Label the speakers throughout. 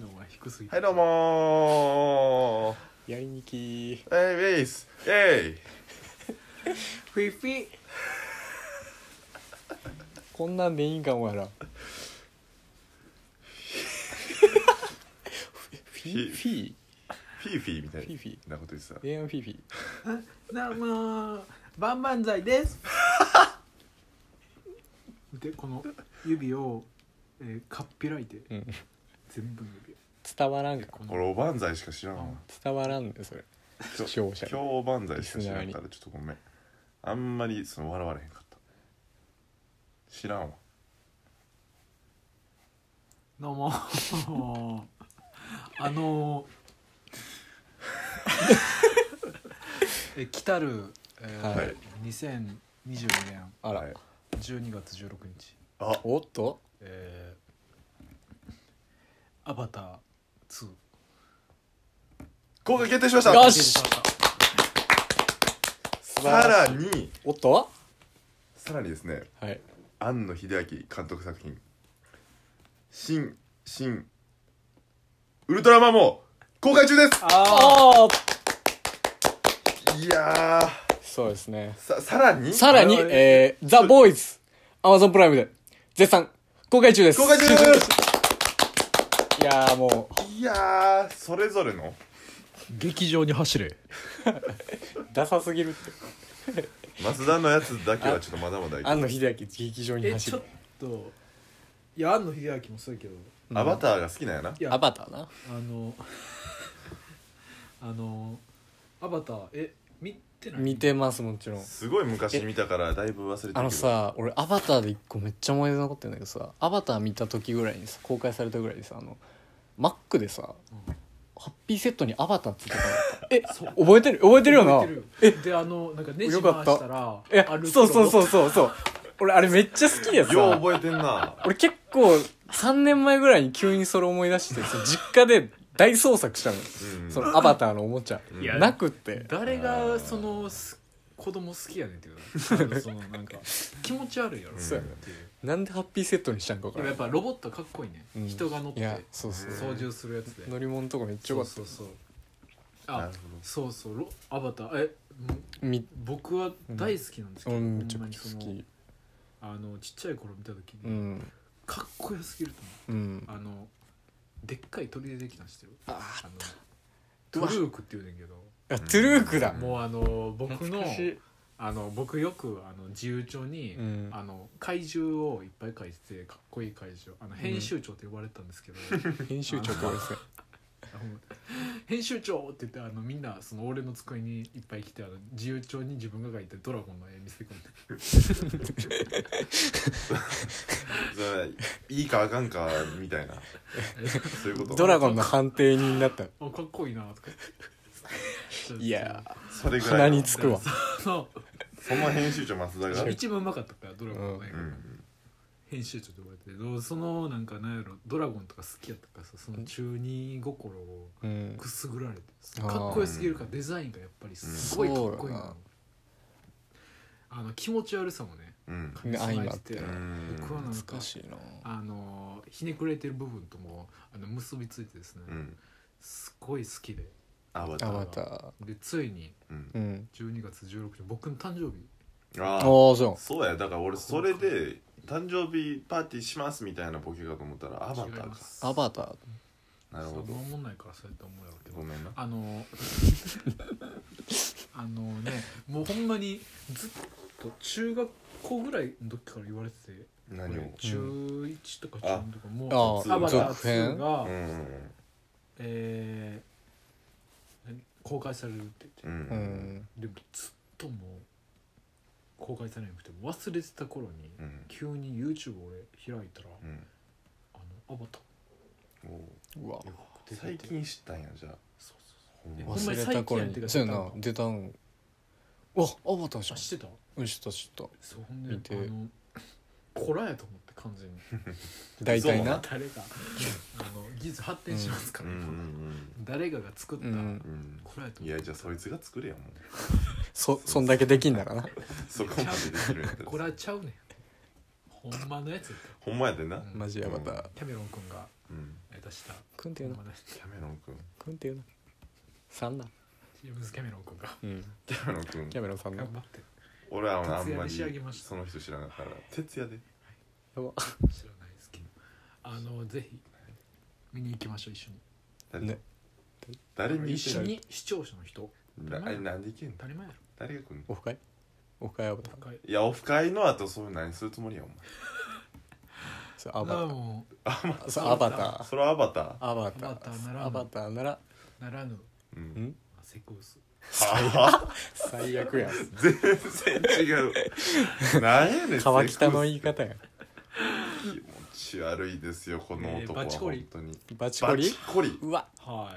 Speaker 1: のが低すぎ
Speaker 2: はいどうもー
Speaker 3: やりにき
Speaker 2: えいベースえい
Speaker 1: フィフィ
Speaker 3: こんなんでいいんかお前らフィフィ
Speaker 2: フィーフィーみたいな
Speaker 3: フィーフィ
Speaker 2: なこと言ってた
Speaker 3: エアンフィフィ
Speaker 1: どうもーバンバンザイです でこの指を、えー、かっぴらいて
Speaker 3: うん
Speaker 1: 全部の指を
Speaker 3: 伝わらんか
Speaker 1: こ
Speaker 2: 俺おばんざいしか知らんわ
Speaker 3: 伝わらんねそれ
Speaker 2: 今
Speaker 3: 視
Speaker 2: 日
Speaker 3: 聴者
Speaker 2: 今日おばんざいしか知らんからちょっとごめんあんまりその笑われへんかった知らんわ
Speaker 1: どうも あのー え来たる、えー
Speaker 3: はい
Speaker 1: 2022年
Speaker 3: あら、
Speaker 2: はい
Speaker 1: 12月16日、
Speaker 2: あ
Speaker 3: おっと
Speaker 1: えーアバター2
Speaker 2: 公開決定しました
Speaker 3: よし
Speaker 1: 出てきました
Speaker 2: さらに
Speaker 3: おっと
Speaker 2: さらにですね
Speaker 3: はい
Speaker 2: 庵野秀明監督作品「新新ウルトラマン」も公開中です
Speaker 1: あ
Speaker 3: ああ
Speaker 2: いやー
Speaker 3: そうですね
Speaker 2: ささらに
Speaker 3: さらに
Speaker 1: 我々
Speaker 3: えー、ザ・ボーイズアマゾンプライムで絶賛公開中です
Speaker 2: 公開中です
Speaker 3: いやーも
Speaker 2: いやーそれぞれの
Speaker 1: 劇場に走れ
Speaker 3: うダサすぎるって
Speaker 2: 増田のやつだけはちょっとまだまだいけ
Speaker 3: 庵野秀明劇場に
Speaker 1: え
Speaker 3: 走
Speaker 1: ちょ
Speaker 3: る
Speaker 1: っといや庵野秀明もそうやけど
Speaker 2: アバターが好きなんやない
Speaker 1: や
Speaker 3: アバターな
Speaker 1: あの あのアバターえ見てない
Speaker 3: 見てますもちろん
Speaker 2: すごい昔見たからだいぶ忘れてるけど
Speaker 3: あのさ俺アバターで一個めっちゃ思い出残ってんだけどさアバター見た時ぐらいにさ公開されたぐらいにさあのマックでさ、
Speaker 1: うん
Speaker 3: ハッピーセットにアバターついてたのえ覚えてる覚えてるよな
Speaker 1: えであのなんかネジ
Speaker 3: よ
Speaker 1: 回
Speaker 3: かった
Speaker 1: したら
Speaker 3: えそうそうそううそうそう俺あれめっちゃ好きで
Speaker 2: よう
Speaker 3: さ
Speaker 2: 覚えてんな
Speaker 3: 俺結構3年前ぐらいに急にそれ思い出してその実家で大捜索したのよ
Speaker 2: うん
Speaker 3: そのアバターのおもちゃ
Speaker 2: いや
Speaker 3: なくって
Speaker 1: 誰がそのす子供好きやねんっていうかあのそのなん か気持ち悪いやろ
Speaker 3: そうや
Speaker 1: っ
Speaker 3: ね
Speaker 1: ていう
Speaker 3: なんでハッピーセットにしたんか
Speaker 1: でも
Speaker 3: 分から
Speaker 1: やっ
Speaker 3: ん
Speaker 1: ぱロボットかっこいいね、
Speaker 3: うん
Speaker 1: 人が乗っ
Speaker 3: い
Speaker 1: て
Speaker 3: やそうそう
Speaker 1: 操縦するやつで
Speaker 3: 乗り物とかめっちゃ
Speaker 1: そ
Speaker 3: よ
Speaker 1: う
Speaker 3: かっ
Speaker 1: そうそう
Speaker 2: な
Speaker 1: あ
Speaker 2: るほど
Speaker 1: そうそうロアバターえも
Speaker 3: たみ
Speaker 1: 僕は大好きなんですけ
Speaker 3: う
Speaker 1: ど、
Speaker 3: ん
Speaker 1: ほ
Speaker 3: め
Speaker 1: ん
Speaker 3: ちゃ
Speaker 1: ま
Speaker 3: く
Speaker 1: に
Speaker 3: ち
Speaker 1: そ
Speaker 3: ゃ好
Speaker 1: の
Speaker 3: き
Speaker 1: あのちっちゃい頃見た時
Speaker 3: う
Speaker 1: に、
Speaker 3: ん
Speaker 1: かっこよすぎると
Speaker 3: うん
Speaker 1: 思うあのでっかい鳥でできたの知ってる
Speaker 3: あ
Speaker 1: あのトゥルークって言うねんけど
Speaker 3: あトゥルークだ
Speaker 2: うん
Speaker 1: もうあの僕の
Speaker 3: 懐かしい
Speaker 1: あの僕よくあの自由帳に、
Speaker 3: うん
Speaker 1: あの怪獣をいっぱい書いててかっこいい怪獣あの編集長って呼ばれてたんです けど、
Speaker 3: 編集長かですね
Speaker 1: あの編集長って言ってあのみんなその俺の机にいっぱい来てあの自由帳に自分が書いてドラゴンの絵見せてくる
Speaker 2: それいいかあかんかみたいなそういうこと
Speaker 3: ドラゴンの判定人になった
Speaker 1: あかっこいいなとか言って
Speaker 3: いや
Speaker 2: それぐら
Speaker 3: 鼻
Speaker 2: いの
Speaker 3: につくわ
Speaker 1: そ
Speaker 2: その編集長増田
Speaker 1: う
Speaker 2: が
Speaker 1: 一番うまかったからドラゴンの絵が、
Speaker 2: うん
Speaker 1: 編集長って呼ばれててどうそのなんかなんやろドラゴンとか好きやったからさその中二心を
Speaker 3: うん
Speaker 1: くすぐられて
Speaker 3: あ
Speaker 1: か
Speaker 3: ー
Speaker 1: っこよすぎるからデザインがやっぱりすごいかっこいいの
Speaker 3: そうやな
Speaker 1: よあの気持ち悪さもね
Speaker 2: うん
Speaker 1: 兼ね備えてて
Speaker 3: 相
Speaker 2: う
Speaker 3: まっ
Speaker 2: ん
Speaker 1: 僕はなんか
Speaker 3: 懐かしいな
Speaker 1: あのひねくれてる部分ともあの結びついてですね、
Speaker 2: うん
Speaker 1: すっごい好きで
Speaker 2: アバタ
Speaker 3: ア
Speaker 2: ー
Speaker 3: バター
Speaker 1: でついに
Speaker 2: うん
Speaker 3: うん
Speaker 1: 12月16日僕の誕生日
Speaker 2: あー
Speaker 3: ああそう
Speaker 2: そうやだから俺それで誕生日パーティーしますみたいなボケかと思ったらアバ
Speaker 1: 違い
Speaker 2: ター
Speaker 1: ま
Speaker 2: か
Speaker 1: す
Speaker 3: アバター
Speaker 2: なるほ
Speaker 1: そう
Speaker 2: ど
Speaker 1: 守んないからそうやって思うやろうけど
Speaker 2: ごめんな
Speaker 1: あの あのねもうほんまにずっと中学校ぐらいの時から言われてて
Speaker 2: 何を
Speaker 1: 俺中1とか中2とかも
Speaker 3: あ
Speaker 1: うアバター
Speaker 3: 続編
Speaker 1: 2」が、
Speaker 2: うん
Speaker 1: えー何公開されるって
Speaker 2: う
Speaker 1: 言っ
Speaker 2: ん
Speaker 3: う
Speaker 2: うん
Speaker 3: ん
Speaker 1: てでもずっともう公開されなくて忘れてた頃に
Speaker 2: うん
Speaker 1: 急に YouTube を俺開いたら
Speaker 2: うん
Speaker 1: 「あのアバター
Speaker 2: おう
Speaker 3: うわ」
Speaker 1: 出てて
Speaker 2: 最近知ったんやじゃあ
Speaker 1: そうそうそ
Speaker 2: ほんま
Speaker 1: ほんまに
Speaker 3: 忘れ
Speaker 1: 最
Speaker 3: た頃
Speaker 1: 近やって
Speaker 3: に
Speaker 1: た
Speaker 3: そうやな出たんうわアバターじ
Speaker 1: う
Speaker 3: ゃ
Speaker 1: あ
Speaker 3: ん
Speaker 1: 知ってた
Speaker 3: うん知った知った
Speaker 1: そうほんで
Speaker 3: 見て
Speaker 1: あの こらやと思って完全に
Speaker 3: 大体な
Speaker 1: 誰があの技術発展しますか
Speaker 2: うん
Speaker 1: ら、
Speaker 2: う
Speaker 1: 今
Speaker 2: ん
Speaker 1: 誰かが作った、
Speaker 3: うん
Speaker 2: うん
Speaker 1: こらやと
Speaker 2: い
Speaker 1: 思っ
Speaker 2: やじゃあそいつが作れやもう
Speaker 3: そそんだけできんならな
Speaker 2: そこまでできるんやった
Speaker 1: て
Speaker 2: ら
Speaker 1: こらちゃうねんほんまのやつや
Speaker 2: ほんまやでな
Speaker 1: で、うん
Speaker 3: マジやばた、
Speaker 2: うん
Speaker 1: キャメロン君が
Speaker 2: うん
Speaker 1: 出した
Speaker 3: くんって
Speaker 1: ほ
Speaker 3: いうんな
Speaker 1: まのやつ
Speaker 2: キャメロン君
Speaker 3: くんっていうなさんな
Speaker 1: ジェームズ・キャメロン君が
Speaker 3: うん
Speaker 2: キャメロン君
Speaker 3: キャメロンさんな
Speaker 1: 頑
Speaker 3: や
Speaker 1: 張って
Speaker 2: 俺はあのあん
Speaker 1: 徹夜
Speaker 2: ま
Speaker 1: で
Speaker 2: り
Speaker 1: 仕上げました
Speaker 2: その人知らなかったから徹夜で
Speaker 3: ば
Speaker 1: 知らないですけどあのぜひ見に行きましょう一緒に
Speaker 2: 誰,、
Speaker 3: ね
Speaker 2: 誰に
Speaker 1: 一緒
Speaker 2: に
Speaker 1: に視聴者の人
Speaker 2: あれなんでいけんの
Speaker 1: 当たり前やろ
Speaker 2: 誰が来んの
Speaker 3: オフ会オフ会アバター
Speaker 1: 高い
Speaker 2: いやオフ会の後そういう何するつもりやお前
Speaker 3: それアバ
Speaker 1: も
Speaker 3: ターそうアバタ
Speaker 1: ア
Speaker 3: ー
Speaker 2: それはアバター
Speaker 3: アバ
Speaker 1: アバター
Speaker 3: タ
Speaker 1: なら
Speaker 3: ー
Speaker 1: ぬ
Speaker 3: アバターなら
Speaker 1: うならぬ
Speaker 2: うんん
Speaker 1: まあセコウス
Speaker 2: は
Speaker 3: 最悪 やん
Speaker 2: 全然違う何やねん
Speaker 3: 川北の
Speaker 2: セ
Speaker 3: 言い方やん
Speaker 2: ックス気持ち悪いですよこの
Speaker 1: えー
Speaker 2: 男
Speaker 1: バ
Speaker 2: は
Speaker 1: チコリ
Speaker 2: 本当に
Speaker 3: バチコ
Speaker 2: バ
Speaker 3: リ
Speaker 2: チコリ
Speaker 3: うわ
Speaker 1: は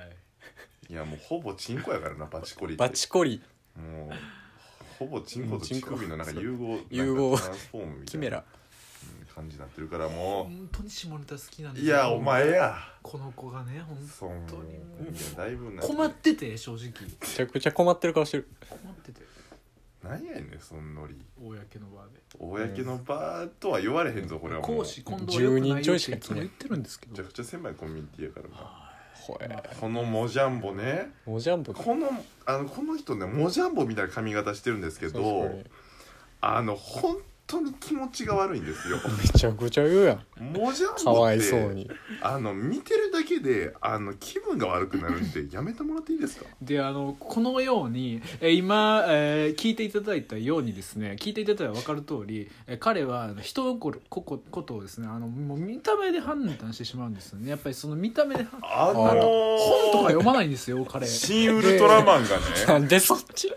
Speaker 1: い
Speaker 2: いやもうほぼチンコやからなバチコリって
Speaker 3: バチコリ
Speaker 2: もうほぼチンコと乳首のなんか融合
Speaker 3: 融合
Speaker 2: なんかトランスフォームみた
Speaker 3: キ
Speaker 2: い
Speaker 3: メ
Speaker 2: な
Speaker 3: ラ
Speaker 2: うん感じになってるからも
Speaker 1: 本当に下ネタ好きなん
Speaker 2: う
Speaker 1: です
Speaker 2: い
Speaker 1: よ
Speaker 2: やお前や
Speaker 1: この子がね本
Speaker 2: そん
Speaker 1: 当に
Speaker 2: いやだいぶな
Speaker 1: 困ってて正直
Speaker 3: めちゃくちゃ困ってる顔してる
Speaker 1: 困ってて
Speaker 2: 何やねんそのノリ
Speaker 1: 公の場で
Speaker 2: 公の場とは言われへんぞこれはもう
Speaker 1: 講師今度は良くないよ
Speaker 3: 10人ちょいしか
Speaker 1: っていつも言ってるんですけ
Speaker 2: めちゃ
Speaker 1: ど
Speaker 2: くちゃ狭いコミュニティやからな
Speaker 3: ほえ
Speaker 2: このモジャンボね
Speaker 3: おジャンボ
Speaker 2: このあのこの人ねモジャンボみたいな髪型してるんですけ
Speaker 3: 確か
Speaker 2: ど
Speaker 3: に
Speaker 2: あの本当に気持ちが悪いんですよ
Speaker 3: めちゃくちゃ言うやん
Speaker 2: モジャンボって
Speaker 3: かわいそうに
Speaker 2: あの見てるだけであの気分が悪くなるん でやめてもらっていいですか
Speaker 1: であのこのようにえー今、えー聞いていただいたようにですね聞いていただいたら分かる通りえー彼はあの人のこここことをですねあのもう見た目で判断してしまうんですよねやっぱりその見た目で判
Speaker 2: あ
Speaker 1: あの本
Speaker 2: 本
Speaker 1: とか読まないんですよ彼
Speaker 2: 新ウルトラマンが
Speaker 3: な
Speaker 2: ね
Speaker 3: んでそっち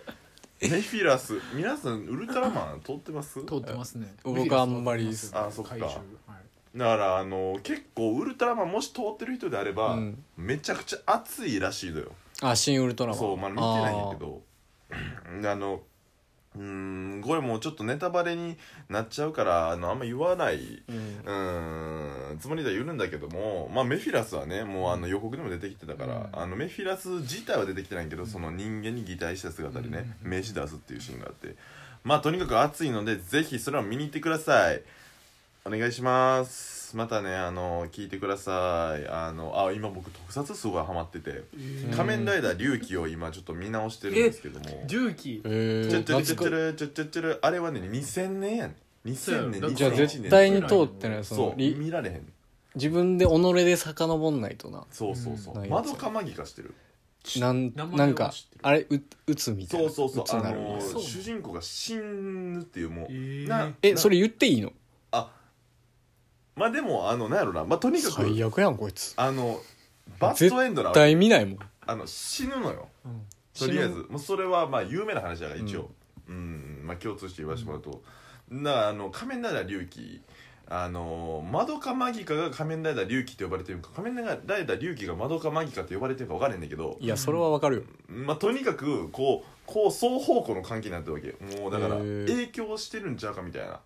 Speaker 2: ネフィラス皆さんウルトラマン通ってます
Speaker 1: 通ってますね
Speaker 3: 僕あんまりです
Speaker 2: あそっか
Speaker 1: 怪獣はい
Speaker 2: だからあの結構ウルトラマンもし通ってる人であれば、
Speaker 3: うん
Speaker 2: めちゃくちゃ熱いらしいのよ
Speaker 3: あ新ウルトラマン
Speaker 2: そうまあ見てないんやけどあのうーんこれもうちょっとネタバレになっちゃうからあのあんま言わない
Speaker 3: あーうん
Speaker 2: うーんつもりでは言うんだけども、まあ、メフィラスはねもうあの予告でも出てきてたから、
Speaker 1: うん
Speaker 2: あのメフィラス自体は出てきてないけど、その人間に擬態した姿でね、
Speaker 1: うん
Speaker 2: 名刺出すっていうシーンがあってまあとにかく熱いのでぜひそれを見に行ってくださいお願いしますまたねあの聞いてくださいあのあ今僕特撮すごいハマってて「仮面ライダー龍騎」を今ちょっと見直してるんですけども
Speaker 1: 重機
Speaker 3: え
Speaker 2: ちょちょちょちょ
Speaker 3: ー、
Speaker 2: ちょちょちょあれはね2000年やねん2000年
Speaker 1: そうやろ
Speaker 3: じゃ
Speaker 1: 懐
Speaker 3: あ
Speaker 1: か
Speaker 2: 2001
Speaker 1: し
Speaker 2: 年
Speaker 1: い
Speaker 3: 絶対に通
Speaker 1: と
Speaker 3: ってないその
Speaker 2: そう
Speaker 3: り
Speaker 2: 見られへん
Speaker 3: 自分で己で遡んないとな
Speaker 2: そうそうそう、
Speaker 3: うん
Speaker 2: 窓かまぎかしてる
Speaker 3: なん
Speaker 1: 名前は
Speaker 3: なんか
Speaker 1: 知ってる
Speaker 3: あれう打つみたい
Speaker 2: そ
Speaker 3: な
Speaker 2: うそうそう
Speaker 3: つ
Speaker 2: あ
Speaker 3: なる
Speaker 2: の
Speaker 1: そうなの
Speaker 2: 主人公が死ぬっていうもう、
Speaker 1: えー
Speaker 2: な
Speaker 3: え
Speaker 2: な
Speaker 3: それ言っていいの
Speaker 2: あまあでもあのなんやろなまあとにかく
Speaker 3: 最悪やんこいつ
Speaker 2: あのバッドエンドなわけ
Speaker 3: 大見ないもん
Speaker 2: あの死ぬのよ
Speaker 1: うん
Speaker 2: とりあえずもうそれはまあ有名な話だから
Speaker 3: うん
Speaker 2: 一応うん、まあ共通して言わせてもらうと、だからあの仮面ライダー龍騎あのマドカマギカが仮面ライダー龍騎って呼ばれてるのか仮面ライダー龍騎がマドカマギカって呼ばれてるか分からへんねんけど
Speaker 3: いやそれはわかるよ
Speaker 2: まあ、とにかくこうこう双方向の関係になってるわけもうだから
Speaker 3: へー
Speaker 2: 影響してるんちゃうかみたいな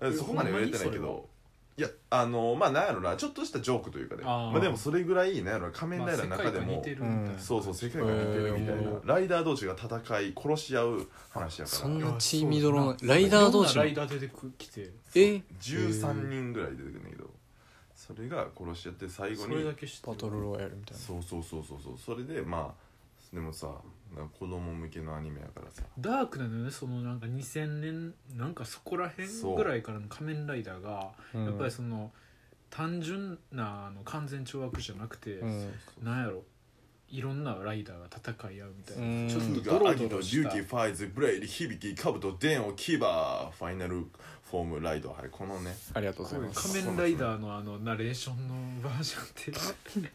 Speaker 1: え
Speaker 2: そこまで言われてないけ
Speaker 1: ほんま
Speaker 2: どいやあのまあなんやろなちょっとしたジョークというかね
Speaker 1: あー
Speaker 2: まあ、でもそれぐらいなんやろな仮面
Speaker 1: ま
Speaker 2: ラ
Speaker 1: あ
Speaker 2: イダ
Speaker 1: 世
Speaker 2: ーの
Speaker 1: 界
Speaker 2: 中で
Speaker 1: 観似
Speaker 2: も、
Speaker 1: てるみたいな、
Speaker 3: うん
Speaker 2: そうそう世界観似てるみたい
Speaker 3: へ
Speaker 2: な、
Speaker 3: ー
Speaker 2: ライダー同士が戦い殺し合う話やか
Speaker 3: そ
Speaker 2: ら
Speaker 3: んな血
Speaker 1: い
Speaker 3: み
Speaker 1: や
Speaker 3: どろの
Speaker 1: そう
Speaker 3: ライダー同
Speaker 1: い
Speaker 3: 士
Speaker 1: ろ
Speaker 3: の
Speaker 1: んなライダー出てくきて
Speaker 3: え
Speaker 2: 13人ぐらい出てくるんだけどそれが殺し合って最後
Speaker 1: そ
Speaker 2: に
Speaker 1: れだけ知って
Speaker 3: バ
Speaker 1: る
Speaker 3: トルロイヤルみたいな
Speaker 2: そうそうそうそうそうそれでまあでもさなんか子供向けのアニメやからさ
Speaker 1: ダークなのよねそのなんか2000年なんかそこら辺
Speaker 2: そう
Speaker 1: ぐらいからの仮面ライダーが
Speaker 3: うん
Speaker 1: やっぱりその単純なあの完全懲悪じゃなくて、
Speaker 3: うん
Speaker 1: なんやろいろんなライダーが戦い合うみたいな、
Speaker 3: うん
Speaker 1: ちょっ
Speaker 2: フ
Speaker 1: とド
Speaker 2: ーが
Speaker 1: ロ
Speaker 2: アギ
Speaker 1: ド
Speaker 2: ト
Speaker 1: ロ
Speaker 2: リ
Speaker 1: し
Speaker 2: ュウ
Speaker 1: た
Speaker 2: キファイズブレイリ響きカブトデンオキバーファイナルフォームライドはいこのね
Speaker 3: ありがとうございま
Speaker 1: 仮
Speaker 3: す
Speaker 1: 面ライダーのあのナレーションのバージョンって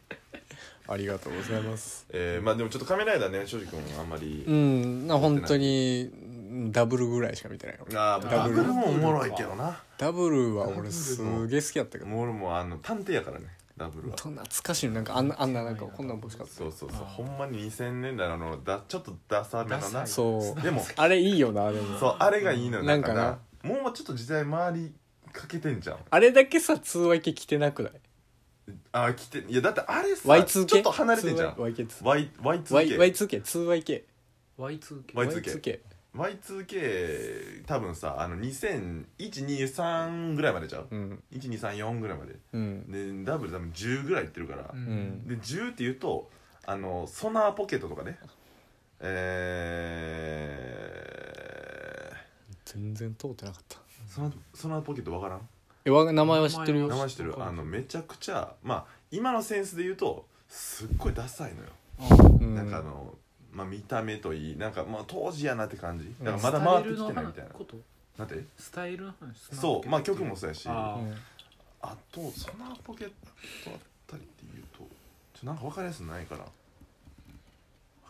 Speaker 3: ありがとうございます
Speaker 2: えー、まあでもちょっと仮面ライダーね正直もうあんまり、
Speaker 3: うんな本当にうんダブルぐらいしか見てないよ
Speaker 2: ああ
Speaker 3: ダ
Speaker 2: ダ
Speaker 3: ブ
Speaker 2: ブ
Speaker 3: ル
Speaker 2: ルもおもろいけどな
Speaker 3: ダブルは俺すげえ好きやったけど
Speaker 2: もう俺もあの探偵やからねダブルは
Speaker 3: と懐かしいなんかあんなあんななんかこんなん欲しかっ
Speaker 2: そうそうそう
Speaker 1: あー
Speaker 2: ほんまに2000年代のだちょっとダサめの
Speaker 1: ダサ
Speaker 2: ない
Speaker 3: たそう
Speaker 2: でも
Speaker 3: あれいいよなでも
Speaker 2: そうあれがいいのよ
Speaker 3: な
Speaker 2: なんん
Speaker 3: か
Speaker 2: か
Speaker 3: な
Speaker 2: なもうちょっと時代回りかけてんじゃん
Speaker 3: あれだけさ通話系着てなくない
Speaker 2: あ来ていやだってあれさ
Speaker 3: Y2K
Speaker 2: ちょっと離れてんじゃん
Speaker 3: Y2K
Speaker 2: Y- Y2K
Speaker 3: Y2K 通話系
Speaker 1: Y2K
Speaker 2: Y2K Y2K 多分さあの20213ぐらいまでちゃう
Speaker 3: うん
Speaker 2: 1234ぐらいまで
Speaker 3: うん
Speaker 2: でダブル多分10ぐらいいってるから、
Speaker 1: う
Speaker 3: うんん
Speaker 2: で10っていうとあのソナーポケットとかねえ
Speaker 3: 全然通ってなかった
Speaker 2: ー、ソナソナーポケットわからん
Speaker 3: えわ名前は知ってる
Speaker 2: 名
Speaker 3: よ
Speaker 2: 前知ってるあのめちゃくちゃまあ今のセンスで言うとすっごいダサいのよ、
Speaker 3: うん
Speaker 2: なんかあの、まあ、見た目といいなんかまあ当時やなって感じ
Speaker 3: うん
Speaker 2: だか
Speaker 1: ま
Speaker 2: らまだ回ってきてないみたいな
Speaker 1: こと
Speaker 2: なんて
Speaker 1: スタイルの話
Speaker 2: そうまあ曲もそうやし
Speaker 1: あー
Speaker 2: あ
Speaker 3: うん
Speaker 2: とソナーポケットあったりっていうとちょなんか分かりやすいのないから分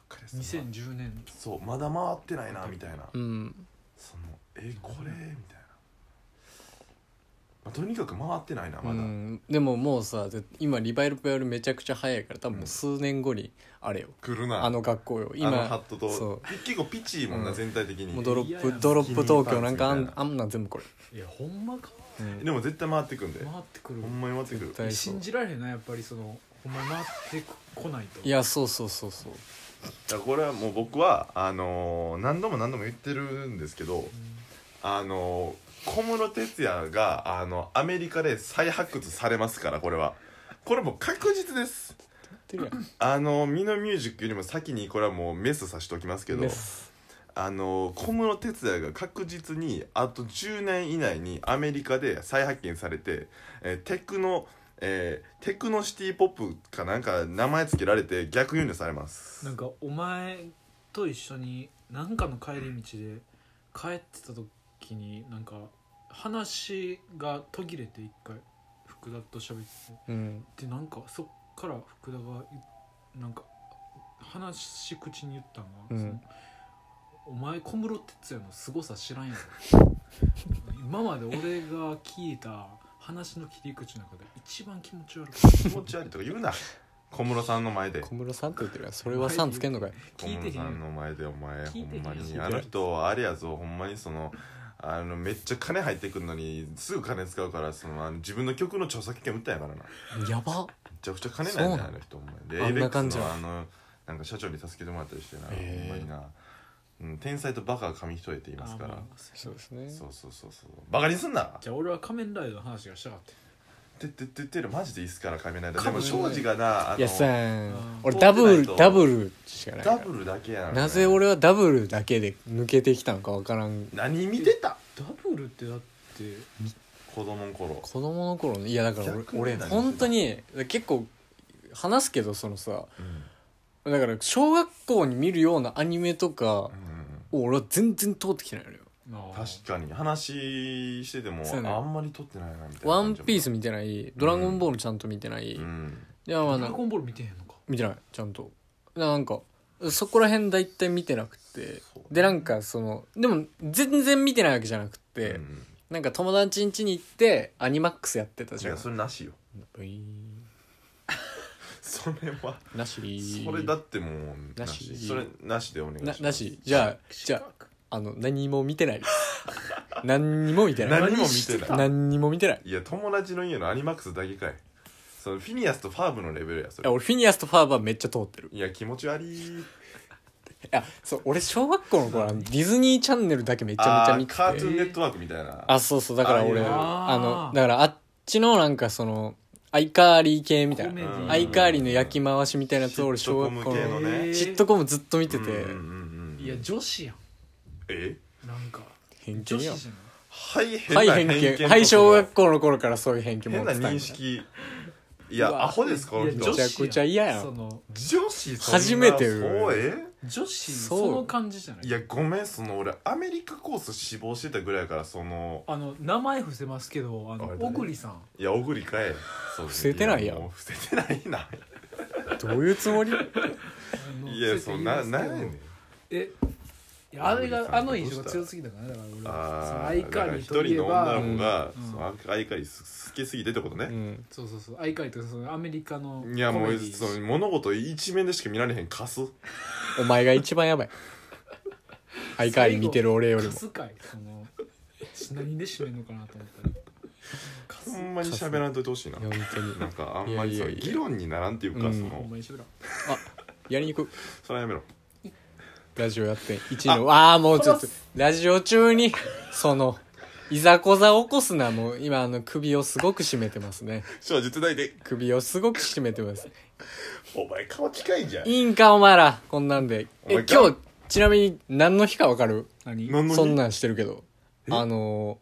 Speaker 2: かりやすいのない
Speaker 1: 2010年
Speaker 2: そうまだ回ってないなみたいな
Speaker 3: うん
Speaker 2: そのえこれみたいな、まあ、とにかく回ってないなまだ、
Speaker 3: うんでももうさ絶今リバイルペアルめちゃくちゃ早いから多分もう数年後にあれよ
Speaker 2: 来るな
Speaker 3: あの学校よ
Speaker 2: あのハッ
Speaker 3: 今
Speaker 2: トと
Speaker 3: そう
Speaker 2: 結構ピチーもんな、
Speaker 3: うん
Speaker 2: 全体的に
Speaker 3: もうドロッ
Speaker 1: いや
Speaker 3: プドロップ東京なんかあ
Speaker 2: いや
Speaker 3: ん
Speaker 2: いや
Speaker 3: あんなん全部これ
Speaker 1: いやほんまか
Speaker 2: でも絶対回ってくんで
Speaker 1: 回ってくる
Speaker 2: ほんまに回ってくる
Speaker 3: 絶対
Speaker 1: 信じられへんなやっぱりそのほんま回ってこないと
Speaker 3: いやそうそうそうそう
Speaker 2: だからこれはもう僕はあのー何度も何度も言ってるんですけどあのー小室哲哉があのアメリカで再発掘されますからこれはこれもう確実です
Speaker 3: てるやん
Speaker 2: あのーミノミュージックよりも先にこれはもうメスさしておきますけど
Speaker 3: です
Speaker 2: あの小室哲哉が確実にあと10年以内にアメリカで再発見されて、えーテクノ、えーテクノシティポップかなんか名前付けられて逆輸入されます
Speaker 1: なんかお前と一緒になんかの帰り道で帰ってた時になんか話が途切れて一回福田と喋って
Speaker 3: うん
Speaker 1: でなんかそっから福田がいなんか話し口に言ったのは、
Speaker 3: うん
Speaker 1: そのお前小室哲哉の凄さ知らんやろ今まで俺が聞いた話の切り口の中で一番気持ち悪く
Speaker 2: 気持ち悪いとか言うな小室さんの前で
Speaker 3: 小室さんって言ってるやんそれはさんつけんのかい
Speaker 2: 小
Speaker 1: 聞いて
Speaker 2: 室
Speaker 1: へん
Speaker 2: さ
Speaker 1: よ
Speaker 2: んの前でお前ほ
Speaker 1: 聞いてへ
Speaker 2: ん
Speaker 1: ん
Speaker 2: まに
Speaker 1: よ
Speaker 2: あの人はあれやぞほんまにそのあのめっちゃ金入ってくるのにすぐ金使うからそのあの自分の曲の著作権売ったんやからな
Speaker 3: や
Speaker 2: め
Speaker 3: ば
Speaker 2: ちゃくちゃ金ない
Speaker 3: そ
Speaker 2: ね
Speaker 3: うな
Speaker 2: あ
Speaker 3: の
Speaker 2: の人お
Speaker 3: あ
Speaker 2: 前
Speaker 3: ん
Speaker 2: で
Speaker 3: な感じ
Speaker 2: ABEX
Speaker 3: な
Speaker 2: の
Speaker 3: の
Speaker 2: あのなんか社長に助けてもらったりしてな、
Speaker 3: へえ
Speaker 2: ほんまにな、うん、天才とバカが紙一重って言いますか
Speaker 1: あ
Speaker 2: ら
Speaker 1: ま
Speaker 3: そうです
Speaker 2: そう
Speaker 3: ね
Speaker 2: そうそうそうバカにすんな
Speaker 1: あじゃあ俺は仮面ライダーの話がしたかった
Speaker 2: てってってってるマジでいいっすから仮面ライダーで
Speaker 3: 仮
Speaker 2: も
Speaker 3: 面ライダー
Speaker 2: 庄司がなあ
Speaker 3: いやさ
Speaker 2: の
Speaker 3: ん
Speaker 2: 通
Speaker 3: 俺
Speaker 2: ってな
Speaker 3: ダ
Speaker 2: い
Speaker 3: ブル
Speaker 2: と
Speaker 3: ダブルしかないから
Speaker 2: ダブルだけやのね
Speaker 3: なぜ俺はダブルだけで抜けてきたのか分からん
Speaker 2: 何見てた
Speaker 1: ダブルってだって
Speaker 2: 子供の頃
Speaker 3: 子供の頃のいやだから
Speaker 2: 逆に
Speaker 3: 俺俺
Speaker 2: 何してた
Speaker 3: 本当に結構話すけどそのさ
Speaker 2: うん
Speaker 3: だから小学校に見るようなアニメとか
Speaker 2: うん
Speaker 3: を俺は全然通ってきてないのよ
Speaker 2: 確かに話してても
Speaker 3: そうやね
Speaker 2: あんまり撮ってないなみたいな
Speaker 3: ワンピース
Speaker 2: み
Speaker 3: 見てないドラゴンボールちゃんと見てない、
Speaker 2: うん
Speaker 3: いやまあ
Speaker 1: ド
Speaker 3: な
Speaker 1: ラゴンボール見てへんのか
Speaker 3: 見てないちゃんとなんかそこら辺大体見てなくて
Speaker 2: そう
Speaker 3: でなんかそのでも全然見てないわけじゃなくて、
Speaker 2: うん
Speaker 3: なんか友達ん家に行ってアニマックスやってた
Speaker 2: い
Speaker 3: じゃ
Speaker 2: や
Speaker 3: ん
Speaker 2: それなしよ
Speaker 3: ブイーン
Speaker 2: それは
Speaker 3: なし
Speaker 2: それだってもう
Speaker 3: な
Speaker 2: な
Speaker 3: し
Speaker 2: しそれなしでお願いしま
Speaker 3: な
Speaker 2: す
Speaker 3: なしじゃあじゃああの何も見てないです 何にも見てない
Speaker 2: 何も見てない
Speaker 3: 何にも見てない
Speaker 2: いや友達の家のアニマックスだけかいそのフィニアスとファーブのレベルやそ
Speaker 3: いや
Speaker 2: れ
Speaker 3: 俺フィニアスとファーバーめっちゃ通ってる
Speaker 2: いや気持ち悪い
Speaker 3: いやそう俺小学校の頃あのディズニーチャンネルだけめちゃめちゃ見てて
Speaker 2: あーカートゥーンネットワークみたいな
Speaker 3: あそうそうだから俺
Speaker 2: あー
Speaker 3: あ
Speaker 1: あ
Speaker 3: の
Speaker 1: ー
Speaker 3: だからあっちのなんかそのアイカーリー系みたい
Speaker 1: コメ
Speaker 3: な
Speaker 1: ディ
Speaker 3: アイカーリーの焼き回しみたいなやつを俺
Speaker 2: シット
Speaker 3: 小
Speaker 2: コ
Speaker 3: 学
Speaker 2: ム
Speaker 3: 校
Speaker 2: 系
Speaker 3: の
Speaker 2: のね
Speaker 1: えー
Speaker 3: シットコムずっと見てて
Speaker 2: うんうんうんうん
Speaker 1: いや女子や
Speaker 2: え
Speaker 1: んなんか女
Speaker 3: 偏見
Speaker 1: 子じ
Speaker 3: や
Speaker 1: ゃ
Speaker 3: ん
Speaker 1: ない
Speaker 2: はい変な
Speaker 3: はい
Speaker 2: 偏見
Speaker 3: 偏
Speaker 2: と
Speaker 3: 見はい小学
Speaker 2: そ
Speaker 3: 校の頃からそういう偏見
Speaker 2: の
Speaker 3: 持
Speaker 2: 変
Speaker 3: っ
Speaker 2: な
Speaker 3: てたん
Speaker 2: 認
Speaker 3: や
Speaker 2: 識い
Speaker 3: い
Speaker 2: や
Speaker 3: や
Speaker 2: アホですかこの
Speaker 1: いや女
Speaker 2: 人
Speaker 1: 子
Speaker 3: めちゃくちゃ嫌やん
Speaker 1: その
Speaker 2: 女子そんな
Speaker 3: 初めて
Speaker 2: そうえ
Speaker 1: 女子
Speaker 3: そう
Speaker 1: その感じじゃない
Speaker 2: いやごめんその俺アメリカコース志望してたぐらいやからその
Speaker 1: あの名前伏せますけどあ
Speaker 2: あ
Speaker 1: の
Speaker 2: れだね
Speaker 1: 小栗さん
Speaker 2: いや小栗かえそう
Speaker 3: 伏せてないやん
Speaker 2: もう伏せてないな
Speaker 3: どういう つもり
Speaker 1: あの
Speaker 2: いやそんななんやねん
Speaker 1: えいやあれ
Speaker 2: 小栗さん
Speaker 1: があの印象が
Speaker 2: どうした
Speaker 1: 強すぎたからねだから俺はその
Speaker 2: あ
Speaker 1: ア
Speaker 2: ー
Speaker 1: イ
Speaker 2: だ
Speaker 1: カ
Speaker 2: か
Speaker 1: ー
Speaker 2: ら
Speaker 1: リ
Speaker 2: 一
Speaker 1: ーといえ
Speaker 2: 人の女
Speaker 1: ば
Speaker 2: の子が
Speaker 1: うん
Speaker 2: そのアイカーリー好きすぎてってこと
Speaker 3: う
Speaker 2: ね
Speaker 3: ん
Speaker 1: そうそうそうアイカーリーというかそのアメリカの
Speaker 2: いやも
Speaker 1: コメ
Speaker 2: う
Speaker 1: ディ
Speaker 2: その物事一面でしか見られへんカス
Speaker 3: お前が一番やばいアイカーリー見てる俺より
Speaker 1: か
Speaker 3: も
Speaker 1: すかいその何で締めんのかなと思ったら
Speaker 2: ほんまに喋らんといてほしいない
Speaker 3: や本当に
Speaker 2: なんかあんまりさ
Speaker 3: いやいやいや
Speaker 2: 議論にならんっていうか、
Speaker 3: うん
Speaker 2: そ
Speaker 1: ほん
Speaker 2: の
Speaker 1: まにしゃべらん
Speaker 3: あやりにくい
Speaker 2: それはやめろ
Speaker 3: ラジオやって1のああーもうちょっとラジオ中にそのいざこざ起こすなもう今あの首をすごく絞めてますね
Speaker 2: じゃあ実大で
Speaker 3: 首をすごく絞めてます
Speaker 2: お前顔近いじゃん
Speaker 3: いいんかお前らこんなんで
Speaker 2: お
Speaker 3: え
Speaker 2: 前
Speaker 3: 今
Speaker 2: か
Speaker 3: 日ちなみに何の日かわかる
Speaker 1: 何
Speaker 2: 何の日
Speaker 3: そんなんしてるけどあの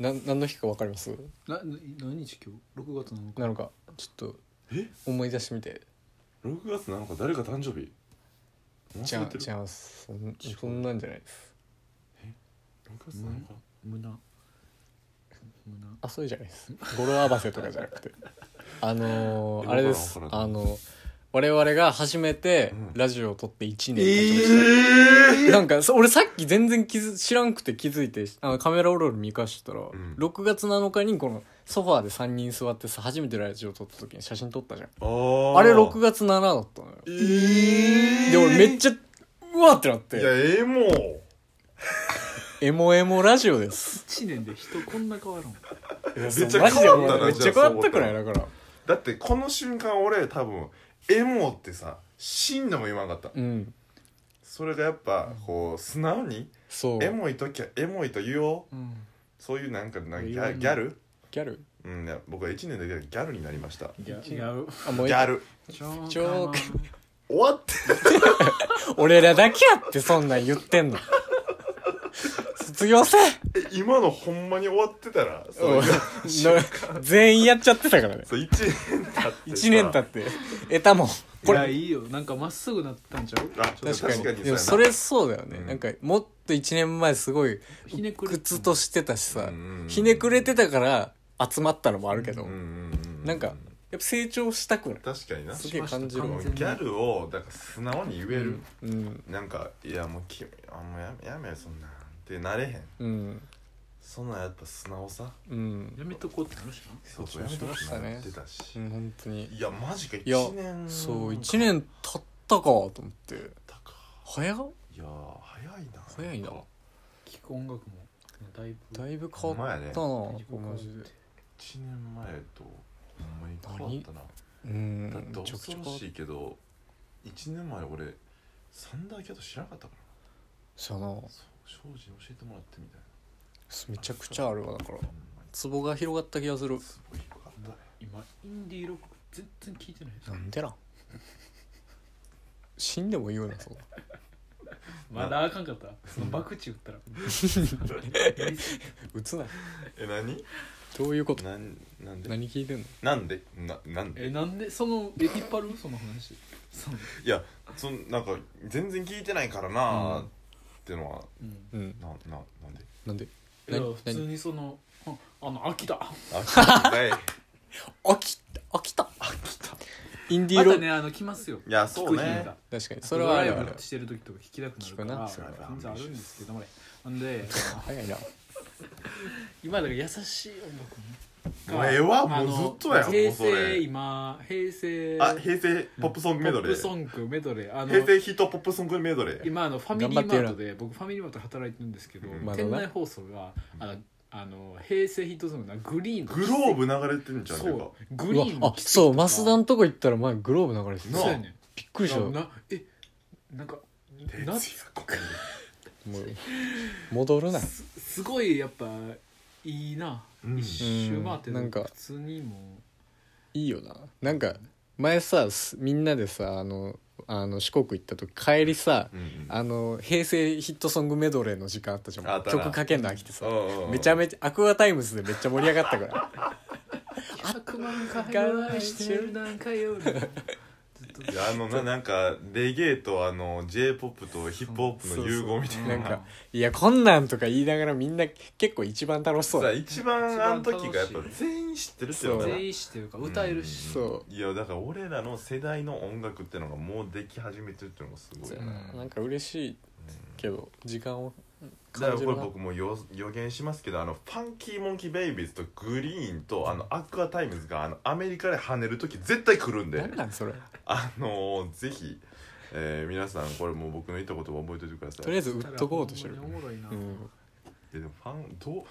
Speaker 3: ーな何の日かわかります
Speaker 1: な何日今日6月7日
Speaker 3: なのかちょっと
Speaker 2: え
Speaker 3: 思い出してみて
Speaker 2: 6月7日誰か誕生日
Speaker 3: じ
Speaker 2: 忘
Speaker 3: ゃ
Speaker 2: れ
Speaker 3: あ
Speaker 2: てる
Speaker 3: じゃあそんそんなんじゃないです
Speaker 2: 6月7日
Speaker 1: 無駄無駄
Speaker 3: あそうじゃないです語呂合わせとかじゃなくてあのー、
Speaker 2: え
Speaker 3: あれです
Speaker 2: わからんわからん
Speaker 3: あの我々が初めて
Speaker 2: うん
Speaker 3: ラジオを撮って1年経ちました、
Speaker 2: え
Speaker 3: なんかそ俺さっき全然気づ知らんくて気づいてあのカメラオーロール見返してたら、
Speaker 2: ん
Speaker 3: 6月7日にこのソファーで3人座ってさ初めてラジオ撮った時に写真撮ったじゃん
Speaker 2: ー
Speaker 3: あれ6月7だったのよ
Speaker 2: えー
Speaker 3: で俺めっちゃうわってなっ
Speaker 2: いや
Speaker 3: て
Speaker 2: ええもう
Speaker 3: エモエモラジオです
Speaker 1: 1年で人こんな変わるん
Speaker 3: めっ
Speaker 2: ちゃ変わったな
Speaker 3: めっちゃ変わったくらいだから
Speaker 2: だってこの瞬間俺多分エモってさ死んでも言わなかった、
Speaker 3: うん
Speaker 2: それがやっぱこう素直に
Speaker 3: そう
Speaker 2: エモい時はエモいと言おう
Speaker 1: うん
Speaker 2: そういうなんかなんかギ
Speaker 1: 言わな
Speaker 2: ャ
Speaker 1: い
Speaker 2: ギャル
Speaker 3: ギャル
Speaker 2: うんいや僕は1年だけでギャルになりました
Speaker 1: いやいや
Speaker 3: あも
Speaker 2: ギ
Speaker 3: う
Speaker 2: ャル
Speaker 1: 超
Speaker 3: 超
Speaker 1: 超
Speaker 2: 終わって
Speaker 3: 俺らだけやってそんなん言ってんの卒業せ
Speaker 2: え今のほんまに終わってたらそう
Speaker 3: の全員やっちゃってたからね
Speaker 2: そう1年経 って
Speaker 3: 1年経
Speaker 2: って
Speaker 3: って得たもん
Speaker 1: これいやいいよなんかまっすぐなったんちゃうち
Speaker 2: あ
Speaker 1: ょっ
Speaker 3: 確
Speaker 1: と
Speaker 3: かに
Speaker 2: 確かに
Speaker 3: でも
Speaker 2: そ
Speaker 3: そう
Speaker 2: や
Speaker 3: れそうだよね、
Speaker 2: うん
Speaker 3: なんかもっと1年前すごい
Speaker 1: ひねくれ
Speaker 3: 靴としてたしさ、
Speaker 2: うん
Speaker 3: ひねくれてたから集まったのもあるけど、
Speaker 2: うんうんうん
Speaker 3: なんかやっぱ成長したくない
Speaker 2: 確かにな
Speaker 3: すげえ感じる
Speaker 1: し
Speaker 2: も
Speaker 1: ま
Speaker 2: う
Speaker 1: し
Speaker 2: ギャルをだから素直に言える、
Speaker 3: うん
Speaker 2: なんかいやもうきあもうやめやめよそんなんってなれへん
Speaker 3: うん
Speaker 2: そんなんやっぱ素直さ
Speaker 3: うん、
Speaker 1: やめとこうってなるしな
Speaker 2: そうそう
Speaker 3: そう
Speaker 2: やめとく
Speaker 3: しましたね
Speaker 2: なってたし、
Speaker 3: うん、本当に
Speaker 2: いやマジか
Speaker 3: いや
Speaker 2: 1年
Speaker 3: そう1年経ったかと思って
Speaker 2: だか
Speaker 3: 早っ
Speaker 2: いやー早いな
Speaker 3: 早いな
Speaker 1: 聴く音楽もだいぶ
Speaker 3: だいぶ変わったな、
Speaker 2: ほ
Speaker 3: マジで
Speaker 2: 1年前とほんまに変わったな
Speaker 3: うん
Speaker 2: だって
Speaker 3: めちゃくちゃ
Speaker 2: 恐
Speaker 3: 変
Speaker 2: ろ
Speaker 3: わっ
Speaker 2: しいけど1年前俺サンダーキャット知らなかったか
Speaker 3: そうやな
Speaker 2: らそう庄司に教えてもらってみたいな
Speaker 3: めちゃくちゃあるわだから
Speaker 2: ほんまに
Speaker 3: ツボが広がった気がする
Speaker 2: すごいよかったね
Speaker 1: 今インディーロック全然聴いてないです
Speaker 3: なんでなん 死んでも言うなそう
Speaker 1: まだあかんかったその爆打 ったら
Speaker 3: 打つな
Speaker 2: え何
Speaker 3: どういうこと
Speaker 2: なんなんで
Speaker 3: 何聞いてんの
Speaker 2: なんでななんで
Speaker 1: えなんでそのえ引っ張るその話その
Speaker 2: いやそんなんか全然聞いてないからなー
Speaker 3: う
Speaker 2: っ
Speaker 3: ん
Speaker 2: てのは
Speaker 1: うん
Speaker 3: うん
Speaker 2: なななんで
Speaker 3: なんで
Speaker 1: いや
Speaker 3: 何
Speaker 1: 普通にそのああの秋だ
Speaker 2: あ聞いてない
Speaker 3: 飽き飽きた飽きたインディ
Speaker 1: ま
Speaker 3: ーロ
Speaker 1: たねあの来ますよ
Speaker 2: いやそう
Speaker 1: 聞く日
Speaker 2: ね
Speaker 1: が
Speaker 3: 確かにそ
Speaker 1: そ
Speaker 3: れ
Speaker 1: れ
Speaker 3: は
Speaker 1: は
Speaker 3: あ
Speaker 1: ライ
Speaker 3: るある
Speaker 1: ブしてる時とか聞きたくなるか
Speaker 3: 聞くな
Speaker 1: ら
Speaker 3: それは
Speaker 1: 全然あるんですけどもねほん で
Speaker 3: 早いな
Speaker 1: 今だから優しい音楽
Speaker 2: もうええわもうずっとやん
Speaker 1: あの
Speaker 2: もう
Speaker 1: 平
Speaker 2: それ
Speaker 1: 成今平成
Speaker 2: あ平成ポップソングメド
Speaker 1: ポ
Speaker 2: レ
Speaker 1: ップソ
Speaker 2: ー
Speaker 1: ングメドレーあの
Speaker 2: 平成ヒットポップソングメドレー
Speaker 1: 今あのファミリーマートで僕ファミリーマートで働いてるんですけど、
Speaker 2: うん
Speaker 1: 店内放送があのあの平成ヒットソングなグリーンの
Speaker 2: グローブ流れてんじゃん
Speaker 1: そ
Speaker 2: てか
Speaker 1: うグ
Speaker 3: う
Speaker 1: リ
Speaker 3: わ
Speaker 1: ーンの
Speaker 3: あ
Speaker 1: 奇跡
Speaker 3: そう
Speaker 1: とか
Speaker 3: 増田のとこ行ったら前グローブ流れて
Speaker 2: な
Speaker 3: た
Speaker 1: そうやねん
Speaker 3: びっくりした
Speaker 1: な
Speaker 3: も
Speaker 1: なえなんか
Speaker 2: 徹
Speaker 1: な
Speaker 2: 夜
Speaker 1: す
Speaker 3: う戻るな
Speaker 1: すごいやっぱいいな、
Speaker 2: うん
Speaker 1: 一周回って
Speaker 3: うんなんか
Speaker 1: 普通にも
Speaker 3: いいよななんか前さすみんなでさあのあの四国行った時帰りさ、
Speaker 2: うん
Speaker 3: あの平成ヒットソングメドレーの時間あったじゃ
Speaker 2: あっ
Speaker 3: ん
Speaker 2: たな
Speaker 3: 曲かけんの飽きてさ
Speaker 2: うん
Speaker 3: めちゃめちゃアクアタイムズでめっちゃ盛り上がったか ら
Speaker 1: う100万回ぐらいしてる段階よりもずっと
Speaker 2: いやあのななんかレゲエとあの j p o p とヒップホップの融合みたいな
Speaker 3: なんか「いやこんなん」とか言いながらみんな結構一番楽しそう
Speaker 2: さ
Speaker 3: だ
Speaker 2: 一番あの時がやっぱ全員知ってるっていうのがな
Speaker 1: 全員詞っていうか歌えるし、
Speaker 3: そ
Speaker 2: いやだから俺らの世代の音楽ってのがもうでき始めてるっていうのがすごい
Speaker 3: そう
Speaker 2: よ
Speaker 3: や
Speaker 2: ね
Speaker 3: ななんか嬉しいけど時間を
Speaker 2: だか
Speaker 3: 感
Speaker 2: ら
Speaker 3: じ
Speaker 2: これ
Speaker 3: るな
Speaker 2: 僕もう予予言しますけどあのファンキーモンキーベイビーズとグリーンとあのアクアタイムズがあのアメリカで跳ねる時絶対来るんで
Speaker 3: 何なんそれ
Speaker 2: あのー、ぜひ、えー皆さんこれもう僕の言った言葉覚えておいてください
Speaker 3: とりあえず売っとこうとしてる
Speaker 1: ほんまにおもろいな、
Speaker 3: うん
Speaker 2: ででもファンどう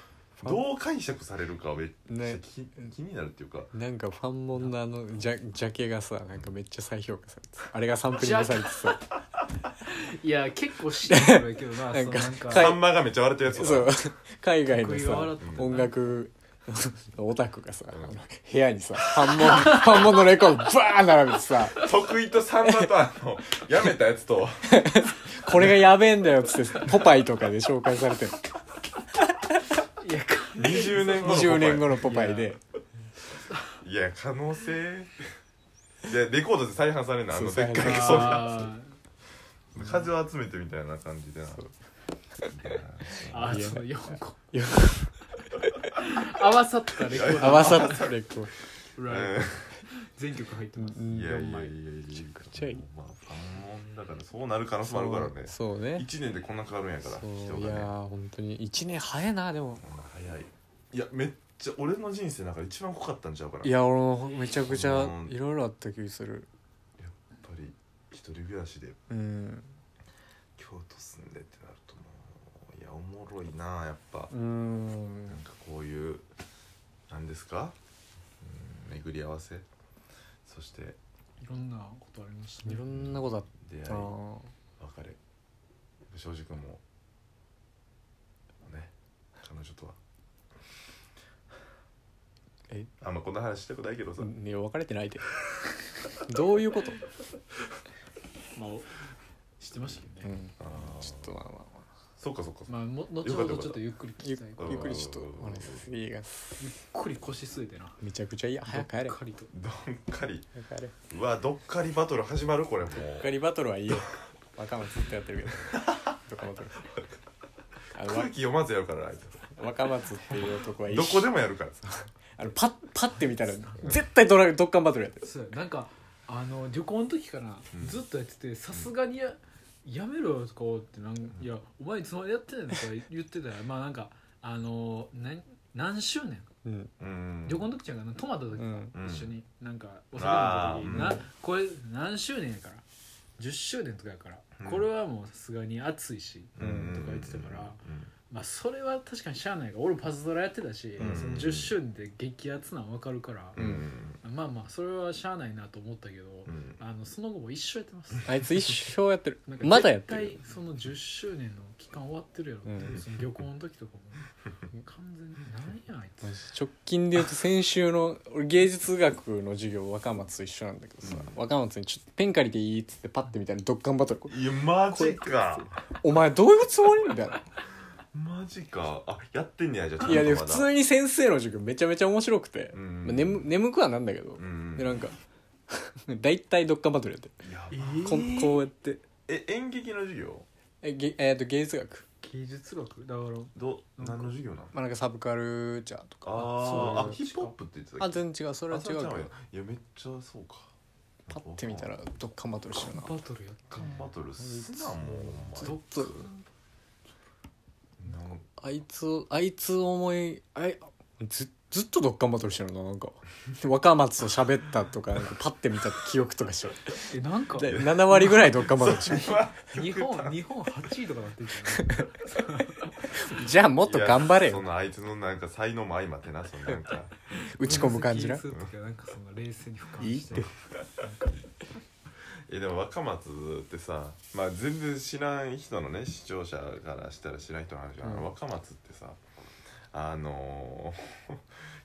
Speaker 2: どう解釈されるかはめっちゃ
Speaker 3: ね
Speaker 2: 気,、気になるっていうか
Speaker 3: なんかファンモンのあのジャジャケがさなんかめっちゃ再評価されてたあれがサンプリングされてさ
Speaker 1: いや結構知ってる けどな
Speaker 3: なんか
Speaker 1: そのなんか
Speaker 3: 海
Speaker 2: サンマがめっちゃ笑ってるやつ
Speaker 3: そ
Speaker 2: だ
Speaker 3: う海外の
Speaker 1: 得意が笑
Speaker 3: さ
Speaker 1: って
Speaker 2: たな
Speaker 3: 音楽オタクがさ、
Speaker 2: ん
Speaker 3: あの部屋にさファン モンファンモンのレコードバーン並べてさ
Speaker 2: 得意とサンマとあの やめたやつと
Speaker 3: これがやべえんだよっつってポパイとかで紹介さ れてる
Speaker 1: いや
Speaker 2: 20年後の
Speaker 3: 20年後
Speaker 2: の
Speaker 3: のポパイで
Speaker 2: いや可能性いやレコードで再販されるのあの
Speaker 3: そ
Speaker 2: で
Speaker 3: う
Speaker 2: っかい
Speaker 3: 再
Speaker 2: そう
Speaker 1: あ
Speaker 2: 風を集めてみたいな感じ でな
Speaker 1: ーあー
Speaker 3: いや
Speaker 1: その4個
Speaker 3: いや
Speaker 1: 合わさったレコード
Speaker 3: 合わさったレコード
Speaker 1: 裏全曲入ってます
Speaker 3: うん
Speaker 2: いやいやいやいや
Speaker 1: 枚
Speaker 2: めちゃ
Speaker 3: くちゃいい
Speaker 2: まあ関門だからそうなる可能性もあるからね
Speaker 3: そうね
Speaker 2: 1年でこんな変わるんやから
Speaker 3: そ
Speaker 2: 人
Speaker 3: うい
Speaker 2: が
Speaker 3: や
Speaker 2: ね
Speaker 3: ー本当に1年早いなでも
Speaker 2: 早いいやめっちゃ俺の人生なんか一番濃かったんちゃうから
Speaker 3: い
Speaker 2: やっ
Speaker 3: や俺もめちゃくちゃ
Speaker 2: うん
Speaker 3: いろいろあった気する
Speaker 2: ぱり一人暮らしで
Speaker 3: うん
Speaker 2: 京都住んでってなるともういやおもろいなやっぱ
Speaker 3: うーん
Speaker 2: なんかこういうなんですかうん巡り合わせそして
Speaker 1: いろんなことありました
Speaker 3: い
Speaker 1: ね
Speaker 3: ろんなことあっ
Speaker 2: 出
Speaker 3: た
Speaker 2: 会い
Speaker 3: な
Speaker 2: 別れ庄司君もね彼女とは
Speaker 3: え
Speaker 2: あんまこんな話したくないけどさ、
Speaker 3: いや別れてないでどういうこと、
Speaker 1: まあ知ってましたけど
Speaker 3: う
Speaker 1: ね
Speaker 3: ん、
Speaker 2: あ
Speaker 3: ちょっ
Speaker 2: ー
Speaker 3: とまあまあまあ
Speaker 2: そっかそっかそっか
Speaker 1: まあも後
Speaker 2: よか
Speaker 1: ほど
Speaker 2: ったよかった
Speaker 1: ちょっとゆっくり
Speaker 3: ゆ
Speaker 1: 聞き
Speaker 3: った
Speaker 1: いから
Speaker 3: ゆっくりちょっとお話しするいいが
Speaker 1: ゆっくり腰据えてな
Speaker 3: めちゃくちゃいい早く帰れ
Speaker 1: ゆっ
Speaker 3: 早
Speaker 1: くりと
Speaker 2: どっかり
Speaker 3: く帰れ
Speaker 2: うわどっかりバトル始まるこれもう
Speaker 3: ガリバトルはいいよ若松ずっとやってるけどどこのとこあのわ
Speaker 2: 空気読まずやるからあいつ
Speaker 3: 若松っていう男は一
Speaker 2: どこ
Speaker 3: 緒
Speaker 2: でもやるから
Speaker 3: あのパッパッて見たら絶対ドラドッカンバトルやってる
Speaker 1: そうなんかあの旅行の時から
Speaker 2: うん
Speaker 1: ずっとやっててさすがにややめろよとかってなんいやお前いつまでやってんのとか言ってたらまあなんかあのなん何周年
Speaker 3: うん
Speaker 2: うん
Speaker 1: 旅行の時ちゃんが泊まった時
Speaker 3: う
Speaker 1: か、
Speaker 3: ん
Speaker 2: うん
Speaker 1: 一緒になんかお酒飲んだ
Speaker 2: あ
Speaker 1: 時
Speaker 2: ーうん
Speaker 1: なこれ何周年やから10周年とかやから、
Speaker 2: うん
Speaker 1: これはもうさすがに暑いし、
Speaker 2: うん
Speaker 1: とか言ってたからまあそれは確かにしゃあないが俺もパズドラやってたし、
Speaker 2: うん
Speaker 1: その10周年で激アツなん分かるから、
Speaker 2: うんうん
Speaker 1: まあまあそれはしゃあないなと思ったけど、
Speaker 2: うん
Speaker 1: あのその後も一緒やってます
Speaker 3: あいつ一生やってる
Speaker 1: なんか
Speaker 3: まだやってる
Speaker 1: 絶対その10周年の期間終わってるやろって、
Speaker 3: うん
Speaker 1: その旅行の時とかも完全に何やあいつ
Speaker 3: 直近で言うと先週の俺芸術学の授業若松と一緒なんだけどさ、若松に「ちょっとペン借りていい?」っつってパッて見たらドッカンバトルこれ
Speaker 2: いやマジか
Speaker 3: お前どういうつもりみたいな
Speaker 2: マジかあやってんねやじゃあ
Speaker 3: いやで
Speaker 2: ちゃ
Speaker 3: 普
Speaker 2: んとまだ
Speaker 3: 通に先生の授業めちゃめちゃ面白くて、
Speaker 2: うん
Speaker 3: まあ眠眠くはなんだけど、
Speaker 2: うん
Speaker 3: でなんか 大体どっかバトルやってる
Speaker 2: やば
Speaker 3: こんこうやって
Speaker 2: え演劇の授業
Speaker 3: えげ、えー、と芸術学
Speaker 1: 芸術学だから
Speaker 2: ど何の授業なの
Speaker 3: まあなんかサブカルチャーとか
Speaker 2: あー
Speaker 1: そう
Speaker 2: あヒップホップって言ってた
Speaker 3: あ
Speaker 2: っけ
Speaker 3: 全然違うそれは違うけ
Speaker 2: あ
Speaker 3: ど
Speaker 2: それちゃんやいやめっちゃそうか
Speaker 3: パッて見たらどっかバトルしてるな
Speaker 1: バトルやった
Speaker 2: カンバトルすなもう
Speaker 1: どっ
Speaker 3: ちょっとあいつあいつ思いあいずずっとどっかバトルしてるななんか若松と喋ったとかなんかパッて見た記憶とかしてる
Speaker 1: えなんか
Speaker 3: で7割ぐらいどっかバトルしてる
Speaker 2: お前
Speaker 1: 日本日本8位とかなってるじゃん
Speaker 3: じゃあもっと頑張れ
Speaker 2: いやそ
Speaker 3: よ
Speaker 2: のあいつのなんか才能も相まってなそのなんか
Speaker 3: 打ち込む感じな
Speaker 1: 分析する時はなんかその冷静に俯瞰して
Speaker 3: いいっ
Speaker 2: えでも若松ってさまあ全然知らん人のね視聴者からしたら知らん人の話が、あ
Speaker 3: うん
Speaker 2: の若松ってさあのー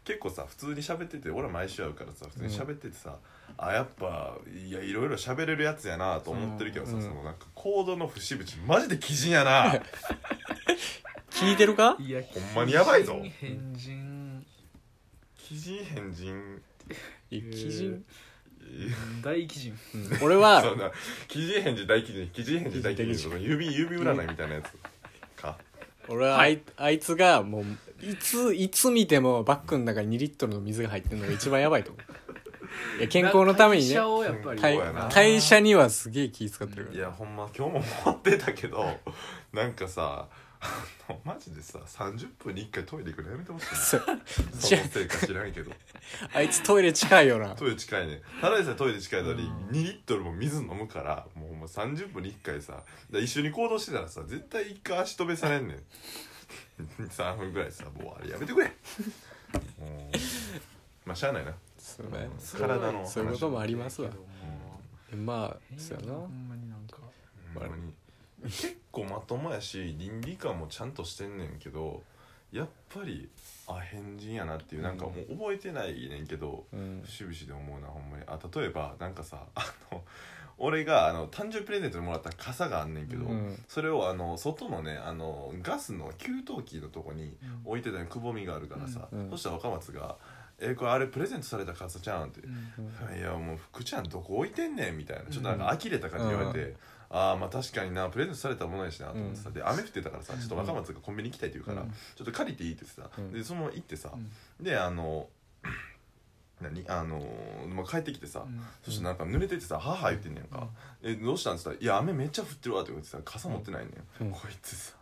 Speaker 2: 結構さ普通に喋ってて俺は毎週会うからさ普通に喋っててさ、あやっぱいやいろいろ喋れるやつやなと思ってるけどさ、
Speaker 3: うん
Speaker 2: そのなんか行動の節々マジで鬼人やな
Speaker 3: 聞いてるか
Speaker 1: いや
Speaker 2: ほんまにやばいぞ
Speaker 1: 変人
Speaker 2: 鬼人変人
Speaker 3: いや基人、
Speaker 2: いや
Speaker 1: 大基人
Speaker 3: うん俺は
Speaker 2: そんな記事返事大記事記事返事大記事とか指指占いみたいなやつか
Speaker 3: 俺はあい,、あいつがもういついつ見てもバッグの中に2リットルの水が入ってるのが一番やばいと思ういや健康のためにね
Speaker 1: 会社をやっぱり
Speaker 2: 会
Speaker 3: 代
Speaker 2: そうやな
Speaker 3: 代謝にはすげえ気使ってるか
Speaker 2: い
Speaker 3: ら
Speaker 2: やほんま今日も持ってたけ どなんかさあのマジでさ30分に1回トイレ行くのやめてほしい な
Speaker 3: そう
Speaker 2: そのせいか知らんけど
Speaker 3: あいつトイレ近い よな
Speaker 2: トイレ近いねただでさえトイレ近いのに
Speaker 1: うん
Speaker 2: 2リットルも水飲むからもうほんま30分に1回さだから一緒に行動してたらさ絶対一回足止めされんねん 3分ぐらいさもうあれやめて くれもうまあしゃあないな
Speaker 3: そうね
Speaker 2: 体の話
Speaker 3: そういうこともありますわ
Speaker 1: けども
Speaker 3: まあ
Speaker 1: 変
Speaker 3: そう
Speaker 1: や
Speaker 3: や
Speaker 1: な
Speaker 3: な
Speaker 1: ほんまになんか
Speaker 2: ほんまに結構まともやし倫理観もちゃんとしてんねんけどやっぱりあ変人やなっていうなんかもう覚えてないねんけど
Speaker 3: うん
Speaker 2: 節々で思うなほんまにあ例えばなんかさあの俺があの誕生日プレゼントでもらった傘があんねんけど、
Speaker 3: うん
Speaker 2: それをあの外のねあのガスの給湯器のとこに
Speaker 1: うん
Speaker 2: 置いてたのにくぼみがあるからさ、
Speaker 3: うん
Speaker 2: そしたら若松が「えこれあれプレゼントされた傘ちゃうん」って
Speaker 1: うん
Speaker 2: いやもう福ちゃんどこ置いてんねんみたいなちょっとなんか呆れた感じで言われて、
Speaker 3: う
Speaker 2: ああまあ確かになプレゼントされたものやしなと思ってさ、で雨降ってたからさちょっと若松がコンビニ行きたいって言うから、
Speaker 3: うん
Speaker 2: ちょっと借りていいって言ってさ、
Speaker 3: うん
Speaker 2: でそのまま行ってさ、
Speaker 1: うん
Speaker 2: であの 何あのまあ、帰ってきてさ、
Speaker 1: うん
Speaker 2: そしてなんか濡れててさ「母」言ってんねんか「えどうしたん?」っつったら「いや雨めっちゃ降ってるわ」って言ってさ傘持ってないねん、
Speaker 3: うん
Speaker 2: こいつさ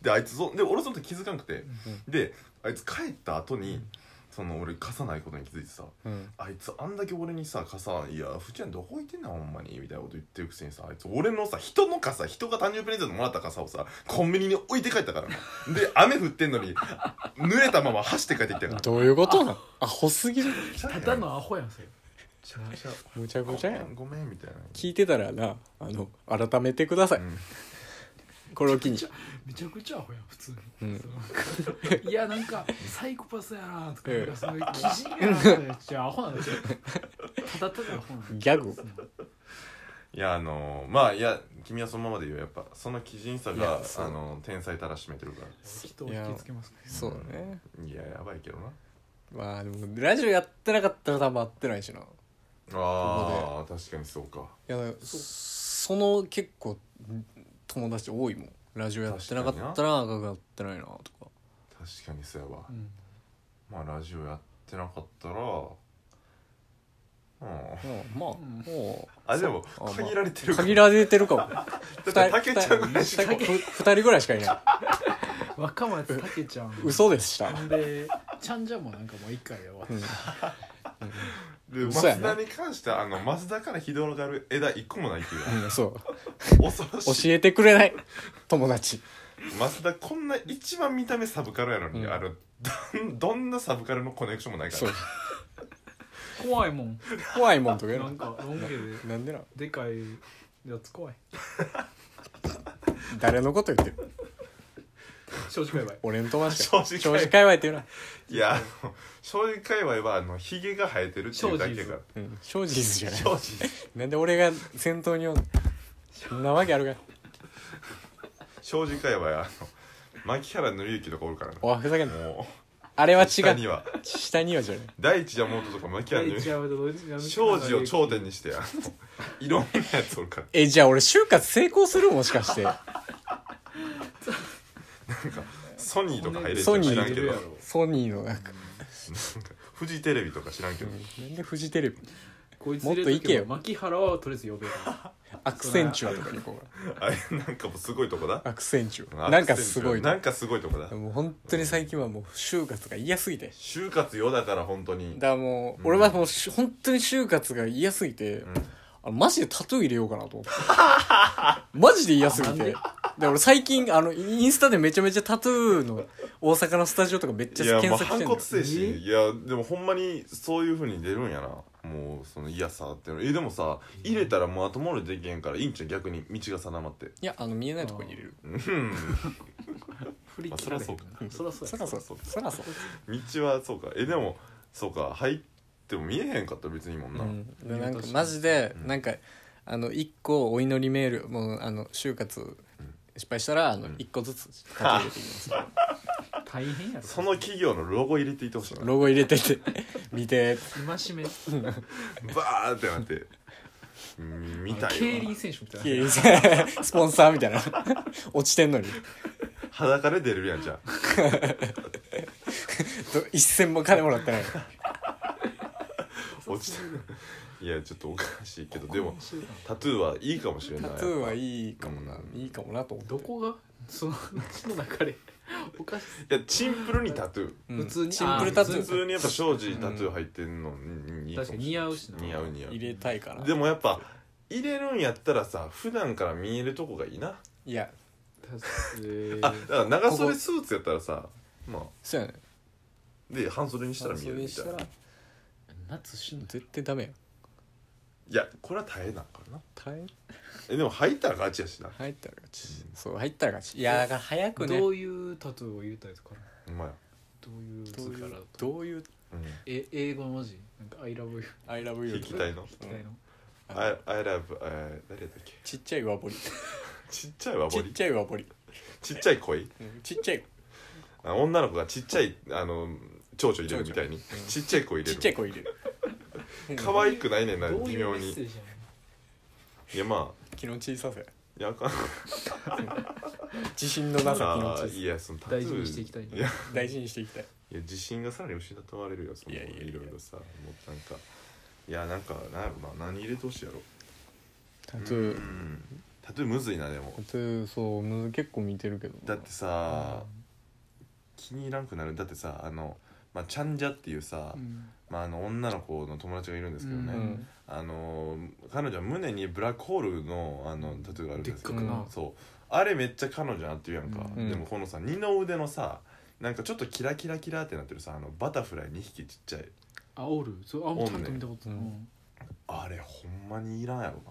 Speaker 2: であいつそで俺その時気づかなくて、であいつ帰った後に、その俺傘ないことに気づいてさ、
Speaker 3: うん
Speaker 2: あいつあんだけ俺にさ傘「いやふちゃんどこ置いてんのほんまに」みたいなこと言ってるくせにさあいつ俺のさ人の傘人が誕生日プレゼントもらった傘をさコンビニに置いて帰ったからなで雨降ってんのに濡れたまま走って帰ってきたから
Speaker 3: どういうことなんアホすぎる
Speaker 1: ただのアホやんそれ
Speaker 2: ちゃくちゃ
Speaker 3: むちゃくちゃやん
Speaker 2: ごめんみたいな
Speaker 3: 聞いてたらなあの改めてください、
Speaker 2: うん
Speaker 3: これを機に
Speaker 1: めちゃくちゃアホやん普通に、
Speaker 3: うん
Speaker 1: その いやなんかサイコパスやなとかなんかそういう基人やなってやっちゃアホなんですよただただアホなん
Speaker 3: ギャグ
Speaker 2: いやあのー、まあいや君はそのままで言うよやっぱその奇人さ
Speaker 3: い
Speaker 2: が
Speaker 3: やそう
Speaker 2: あの天才たらしめてるか
Speaker 1: 人を引きつけますね
Speaker 3: そうだね
Speaker 2: らいややばいけどな
Speaker 3: まあでもラジオやってなかったら多分合ってないしない
Speaker 2: あー確かにそうか
Speaker 3: やそその結構ん友達多いもんラジオやってなかったら長くなってないなとか
Speaker 2: 確かにそうやわ、
Speaker 1: うん
Speaker 2: まあラジオやってなかったらうん
Speaker 3: うんまあ、
Speaker 1: ん
Speaker 3: も
Speaker 2: あでも
Speaker 3: あまあ
Speaker 2: 限られて
Speaker 3: う
Speaker 2: る
Speaker 3: 限られてるか も
Speaker 2: だって竹ちゃんぐらいしか
Speaker 3: 二人二人二人ぐらいしかいない
Speaker 1: 若松たけちゃん
Speaker 3: 嘘でした、
Speaker 1: ほんでちゃんじゃんもなんかもう一回で終わった
Speaker 3: うん
Speaker 2: で
Speaker 3: そうや
Speaker 2: 増
Speaker 3: な
Speaker 2: 田に関してはあの増田から広がる枝一個もないって いう
Speaker 3: うんそう
Speaker 2: 恐ろ
Speaker 3: 教
Speaker 2: しい
Speaker 3: えてくれない友達
Speaker 2: 増田こんな一番見た目サブカルやのに、
Speaker 3: うん
Speaker 2: あのどんどんなサブカルのコネクションもないか
Speaker 3: そう
Speaker 2: ら
Speaker 1: 怖いもん
Speaker 3: 怖いもんとかや
Speaker 1: な
Speaker 3: なん
Speaker 1: かロン毛で
Speaker 3: なんでな
Speaker 1: でかいやつ怖い
Speaker 3: 誰のこと言ってる
Speaker 1: 正直やばい
Speaker 3: 俺の友達
Speaker 2: 正
Speaker 3: か
Speaker 2: 直界
Speaker 3: 正直界隈っていうない
Speaker 2: やあの正直界隈はあのヒゲが生えてるっていうだけやから
Speaker 3: うん正直じゃない
Speaker 2: 正直です
Speaker 3: なんで俺が先頭におんのそんなわけあるかい
Speaker 2: 正直界隈はあの牧原紀之とかおるからな
Speaker 3: おいふざけんな
Speaker 2: も
Speaker 3: あれは
Speaker 2: う
Speaker 3: 違
Speaker 2: 下に
Speaker 3: う
Speaker 2: は
Speaker 3: 下にはじゃない
Speaker 2: 第一山本とか牧原紀之庄
Speaker 1: 庄
Speaker 2: 司を頂点にしてあのいろんなやつおるから
Speaker 3: えじゃあ俺就活成功するもしかして
Speaker 2: ソニーとか入れて
Speaker 3: ソ
Speaker 2: る
Speaker 3: ニー
Speaker 2: 知らんけ
Speaker 1: いる
Speaker 2: ど
Speaker 1: やろ
Speaker 3: ソニーのなんか
Speaker 2: フジテレビとか知らんけど
Speaker 3: なんでフジテレビ
Speaker 1: こいつ
Speaker 3: もっといけよ
Speaker 1: 牧原はとりあえず呼べよ
Speaker 3: アクセンチュアとかに行こう
Speaker 2: あれなんかもうすごいとこだ
Speaker 3: かアクセンチュアなんかすごい
Speaker 2: な
Speaker 3: も
Speaker 2: んかすごいとこだ
Speaker 3: う本当に最近はもう就活が嫌すぎて
Speaker 2: 就活よだから本当に
Speaker 3: だからもう俺はもうし本当に就活が嫌すぎてあのマジでタトゥー入れようかな と思ってマジで嫌すぎてで俺最近あのインスタでめちゃめちゃタトゥーの大阪のスタジオとかめっち
Speaker 2: い
Speaker 3: ゃ
Speaker 2: や
Speaker 3: 検
Speaker 2: まあ
Speaker 3: 索してん
Speaker 2: 反骨
Speaker 3: の
Speaker 2: 精神
Speaker 1: え
Speaker 2: いやでもほんまにそういうふうに出るんやなもうその嫌さっていうのえでもさ入れたらもう後戻りできへんからいいんちゃう逆に道が定まって
Speaker 3: いやあの見えないとこに入れる
Speaker 2: うん
Speaker 1: 振り切られへん
Speaker 2: まあそらそ
Speaker 1: なそらそ
Speaker 2: う
Speaker 1: う
Speaker 3: そ
Speaker 1: や
Speaker 3: らそう
Speaker 2: そう
Speaker 3: そらそう
Speaker 2: 道はそうかえでもそうか入っても見えへんかったら別にいいもんな、
Speaker 3: うん、で
Speaker 1: 見
Speaker 3: な
Speaker 1: 落
Speaker 3: ん
Speaker 1: と
Speaker 3: か
Speaker 1: し
Speaker 3: マジで、
Speaker 2: うん
Speaker 3: なんかあの1個お祈りメールもうあの就活失敗したらあの
Speaker 2: うん
Speaker 3: 1個ずつ立ち入れていきます、
Speaker 1: 大変やろ
Speaker 2: その企業のロゴ入れていってほしいな
Speaker 3: ロゴ入れてて 見て
Speaker 1: 戒め
Speaker 2: バーってなってうん見た
Speaker 1: 競
Speaker 2: いわ
Speaker 1: 輪選手みたいな
Speaker 3: 消え スポンサーみたいな落ちてんのに
Speaker 2: 裸で出れるやんじゃん
Speaker 3: ど一銭も金もらっ てない
Speaker 2: 落ちたいやちょっとおかしいけどでもタトゥーはいいかもしれな
Speaker 3: タ
Speaker 2: い
Speaker 3: トゥーはいいかもな、
Speaker 2: うん
Speaker 3: いいかもなと思って
Speaker 1: どこがその話の中で おかしい
Speaker 2: いやシンプルにタトゥー
Speaker 3: うん
Speaker 1: 普通に
Speaker 3: シンプルタトゥ
Speaker 2: 普通
Speaker 3: ー
Speaker 2: にやっぱ庄司タトゥー入ってんのにいいかもしれない
Speaker 1: 確かに
Speaker 2: 似
Speaker 1: 似
Speaker 2: 合
Speaker 1: 合
Speaker 2: う
Speaker 1: う
Speaker 2: 似合
Speaker 3: 入れたいかな
Speaker 2: うでもやっぱ入れるんやったらさ普段から見えるとこがいいない
Speaker 3: や
Speaker 1: え
Speaker 2: あだから長袖スーツやったらさまあ
Speaker 3: そうやね
Speaker 2: で半袖にしたら見えるみ
Speaker 3: 半袖した
Speaker 2: いな
Speaker 3: たら
Speaker 1: 夏しんどい
Speaker 3: 絶対ダメや
Speaker 2: いやこれは耐えなんからな
Speaker 3: 耐え
Speaker 2: えでも履いたらガチやしな
Speaker 3: 入ったら勝ちそう入ったら勝ちいやだから早くね
Speaker 1: どういうタトゥーを入れたいとかある
Speaker 2: うまい
Speaker 1: どういう図
Speaker 3: どうい
Speaker 1: か
Speaker 3: う
Speaker 1: らとか
Speaker 3: どういう
Speaker 2: うん
Speaker 1: え英語の文字なんか「I love you」
Speaker 3: 「I love you
Speaker 2: 聞」きたいの
Speaker 1: みたいの
Speaker 2: 「I, I love えー誰やったっけ
Speaker 3: ちっちゃい和彫り
Speaker 2: ちっちゃいわ
Speaker 3: ち
Speaker 2: ぼ
Speaker 3: っ
Speaker 2: り
Speaker 3: ちゃい和彫り
Speaker 2: ちっちゃい恋
Speaker 3: うんちっちゃい
Speaker 2: あ女の子がちっちゃいあの蝶々入れるみたいに
Speaker 3: 々うん
Speaker 2: ちっちゃい子入
Speaker 3: ち
Speaker 2: れ
Speaker 3: っちゃ
Speaker 2: る
Speaker 3: い 子入れる
Speaker 2: 可愛くないねんな
Speaker 1: どう
Speaker 2: 微
Speaker 1: いう
Speaker 2: 妙
Speaker 1: メッセ
Speaker 2: に
Speaker 1: ージやねん
Speaker 2: いやま あ
Speaker 3: 気の小ささや
Speaker 2: いやあかん
Speaker 3: 自信のなさ気の
Speaker 2: あ
Speaker 3: 小
Speaker 2: ー
Speaker 3: さ
Speaker 2: いやそのタトゥー
Speaker 1: 大事にしていきたい
Speaker 2: いや
Speaker 3: さ大事にしていきたい
Speaker 2: いや自信がさらに失われるよその
Speaker 3: いやいやいや
Speaker 2: ろいろさもうなんかいやなんかなんやろな何入れてほしいやろ
Speaker 3: タ
Speaker 2: タ
Speaker 3: トゥー
Speaker 2: ん、タトゥーむずいなでも
Speaker 3: タトゥーそうむず結構見てるけど
Speaker 2: だってさ、気に入らんくなるだってさあのまあちゃんじゃっていうさ、
Speaker 1: うん
Speaker 2: まあ、あの女の子の友達がいるんですけどね、
Speaker 3: う
Speaker 1: うんん
Speaker 2: あの彼女は胸にブラックホールのあのタトゥーがあるんですけど
Speaker 3: でっかくな
Speaker 2: そうあれめっちゃ彼女なっていうやんか、
Speaker 1: うん
Speaker 2: でもこのさ二の腕のさなんかちょっとキラキラキラってなってるさあのバタフライ2匹ちっちゃい
Speaker 1: あおるそうあ
Speaker 2: おんね
Speaker 1: もうちゃんと見たことない、
Speaker 3: うん
Speaker 1: うん
Speaker 2: あれほんまにいらんやろな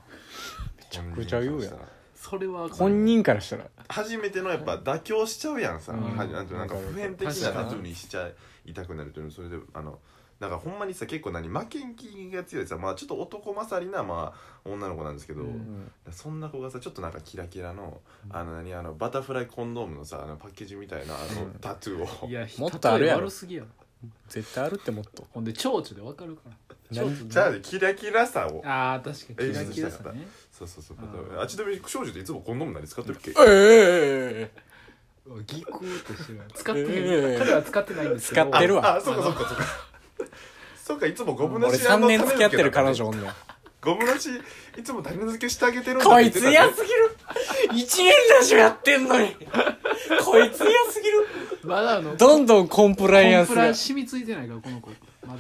Speaker 2: めちゃ
Speaker 3: くちゃ言うやん
Speaker 1: それは
Speaker 3: 本人からしたら
Speaker 2: 初めてのやっぱ妥協しちゃうやんさ、
Speaker 1: うん
Speaker 2: はなんていうのなんか
Speaker 3: わかる
Speaker 2: 普遍的なタトゥーにしちゃいたくなるというのそれであのなんかほんまにさ結構何負けん気が強いさまあちょっと男勝りなまあ女の子なんですけど、
Speaker 1: うん
Speaker 2: そんな子がさちょっとなんかキラキラのあの何あのバタフライコンドームのさあのパッケージみたいなあの
Speaker 3: うん
Speaker 2: タトゥーを
Speaker 1: いや
Speaker 3: もっとあるやろ
Speaker 1: 例え悪すぎやろ
Speaker 3: 絶対あるってもっと
Speaker 1: ほんで蝶々でわかるから蝶々
Speaker 3: 何
Speaker 2: じゃあキラキラさを
Speaker 1: ああ確かにキラキラさね
Speaker 2: そうそうそう
Speaker 1: あー
Speaker 2: バタフライあちなみに少女っていつもコンドーム何使ってるっけ
Speaker 3: ええ
Speaker 1: ギクーとしてる使って
Speaker 3: え
Speaker 1: る
Speaker 3: え
Speaker 1: 彼は使ってないんですけど
Speaker 3: 使ってるわ
Speaker 2: あそうかそうかそうかそうかいつもゴムな
Speaker 3: 俺
Speaker 2: し
Speaker 3: 3
Speaker 2: の
Speaker 3: 年付き合ってる
Speaker 2: 種
Speaker 3: 彼
Speaker 2: 付けだ
Speaker 3: 女おんねん
Speaker 2: ゴムなしいつも種付けしてあげてるんだっ
Speaker 3: こ
Speaker 2: て言
Speaker 3: い
Speaker 2: って
Speaker 3: つ
Speaker 2: たね
Speaker 3: 嫌すぎる一年ラジオやってんのにこいつ嫌すぎる
Speaker 1: まだあの
Speaker 3: どんどんコンプライアンス
Speaker 1: コンプ
Speaker 3: が
Speaker 1: ラ染みついてないからこの子まだ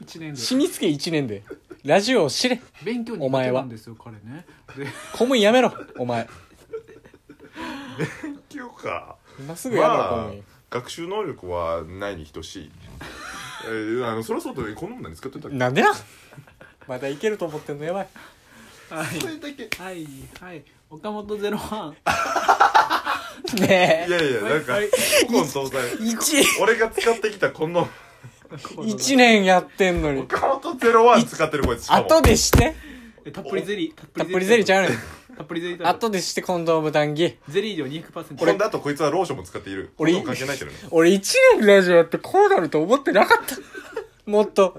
Speaker 1: 一年
Speaker 3: 染
Speaker 1: で
Speaker 3: みつけ1年でラジオを知れ
Speaker 1: 勉強に
Speaker 3: お
Speaker 1: 行っ
Speaker 3: 前
Speaker 1: て
Speaker 3: は
Speaker 1: たんですよ彼ねで
Speaker 3: 公務員やめろお前
Speaker 2: っていうか
Speaker 3: 今すぐやめろ
Speaker 2: ま
Speaker 3: 公
Speaker 2: あ
Speaker 3: 務員
Speaker 2: 学習能力はないに等しいえーあのそりゃそうだよねコンドーム何使ってたっけ
Speaker 3: なんでなまだいけると思ってんのやばい
Speaker 2: そ
Speaker 1: は
Speaker 2: れだけ
Speaker 1: いはいはい岡本ゼロワン
Speaker 3: ね
Speaker 2: いやいやなんか
Speaker 1: はい
Speaker 2: 古今東
Speaker 3: え
Speaker 2: 西
Speaker 3: 1
Speaker 2: 俺が使ってきたこの
Speaker 3: 一年やってんのに
Speaker 2: 岡本ゼロワン使ってるこいつしかも
Speaker 3: 後でして
Speaker 1: えたっぷりゼリー
Speaker 3: たっぷりゼリーちゃうねん
Speaker 1: うたっぷりゼリーだ
Speaker 3: 後でしてコンドーム談義
Speaker 1: ゼリー量200%
Speaker 2: これだとこいつはローションも使っている
Speaker 3: 俺
Speaker 2: コンドーム関係ないけどね
Speaker 3: 俺一年ラジオやってこうなると思ってなかった。もっと。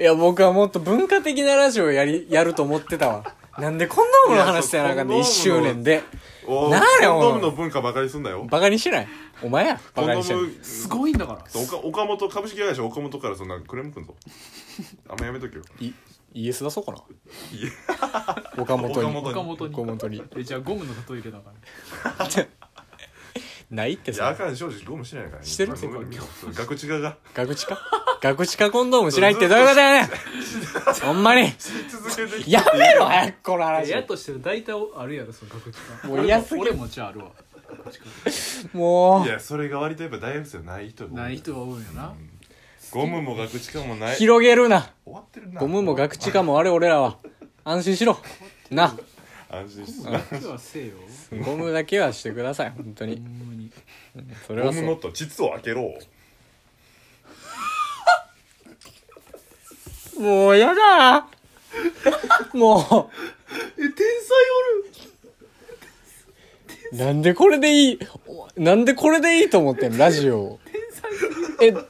Speaker 3: いや、僕はもっと文化的なラジオやり、やると思ってたわ。なんでこんなもの話してなあかんねん
Speaker 2: いや
Speaker 3: 一
Speaker 2: そう
Speaker 3: 周年で。
Speaker 2: お
Speaker 3: な
Speaker 2: ー
Speaker 3: んや
Speaker 2: コン
Speaker 3: おい
Speaker 2: ドームの文化ばかりすんなよ
Speaker 3: バカにしない。お前や。
Speaker 2: コン
Speaker 3: バカ
Speaker 2: ド
Speaker 3: にしない
Speaker 2: ー。ム
Speaker 1: すごいんだから
Speaker 2: 岡岡本株式会社岡本からそんなクレームくんぞあんまやめとけよ
Speaker 3: い、イエス出そうかな。
Speaker 2: いや
Speaker 3: 岡本に。
Speaker 2: 岡
Speaker 1: 岡
Speaker 2: 本
Speaker 1: 本に
Speaker 3: 岡本に。
Speaker 1: えじゃあゴムの例え入れだから
Speaker 3: ないって
Speaker 2: いやあ
Speaker 3: さ。
Speaker 2: かん正直ゴムしてないからね
Speaker 3: してる
Speaker 2: まあゴムそうガクチカが
Speaker 3: ガクチカガクチカコンドームしないってどういうことやねんほんまに。
Speaker 2: 続けてきて
Speaker 3: やめろ早くこの
Speaker 1: い
Speaker 3: 話
Speaker 1: や。やとしてる大体あるやろその学力
Speaker 3: もう嫌すぎる
Speaker 1: 俺も俺もじゃあるわ学力
Speaker 3: も、
Speaker 2: いうやそれが割とやっぱ大学生ない人が多
Speaker 1: ない人が多いよな
Speaker 2: ゴムもガクチカもない終
Speaker 3: 広げるな。
Speaker 2: わってるな
Speaker 3: ゴムもガクチカもあれ俺らは。安心しろ。な。
Speaker 2: 安心し
Speaker 1: 今日はせえよ
Speaker 3: ゴムだけはしてください本当
Speaker 1: ほ
Speaker 3: に
Speaker 1: んまに
Speaker 3: それ
Speaker 2: ゴ
Speaker 3: は
Speaker 2: ム
Speaker 3: そ
Speaker 2: の
Speaker 3: う
Speaker 2: と膣を開けろ
Speaker 3: もうやだも
Speaker 1: え天才おる
Speaker 3: うなんでこれでいいおなんでこれでいいと思ってんのラジオを
Speaker 1: 天才すぎる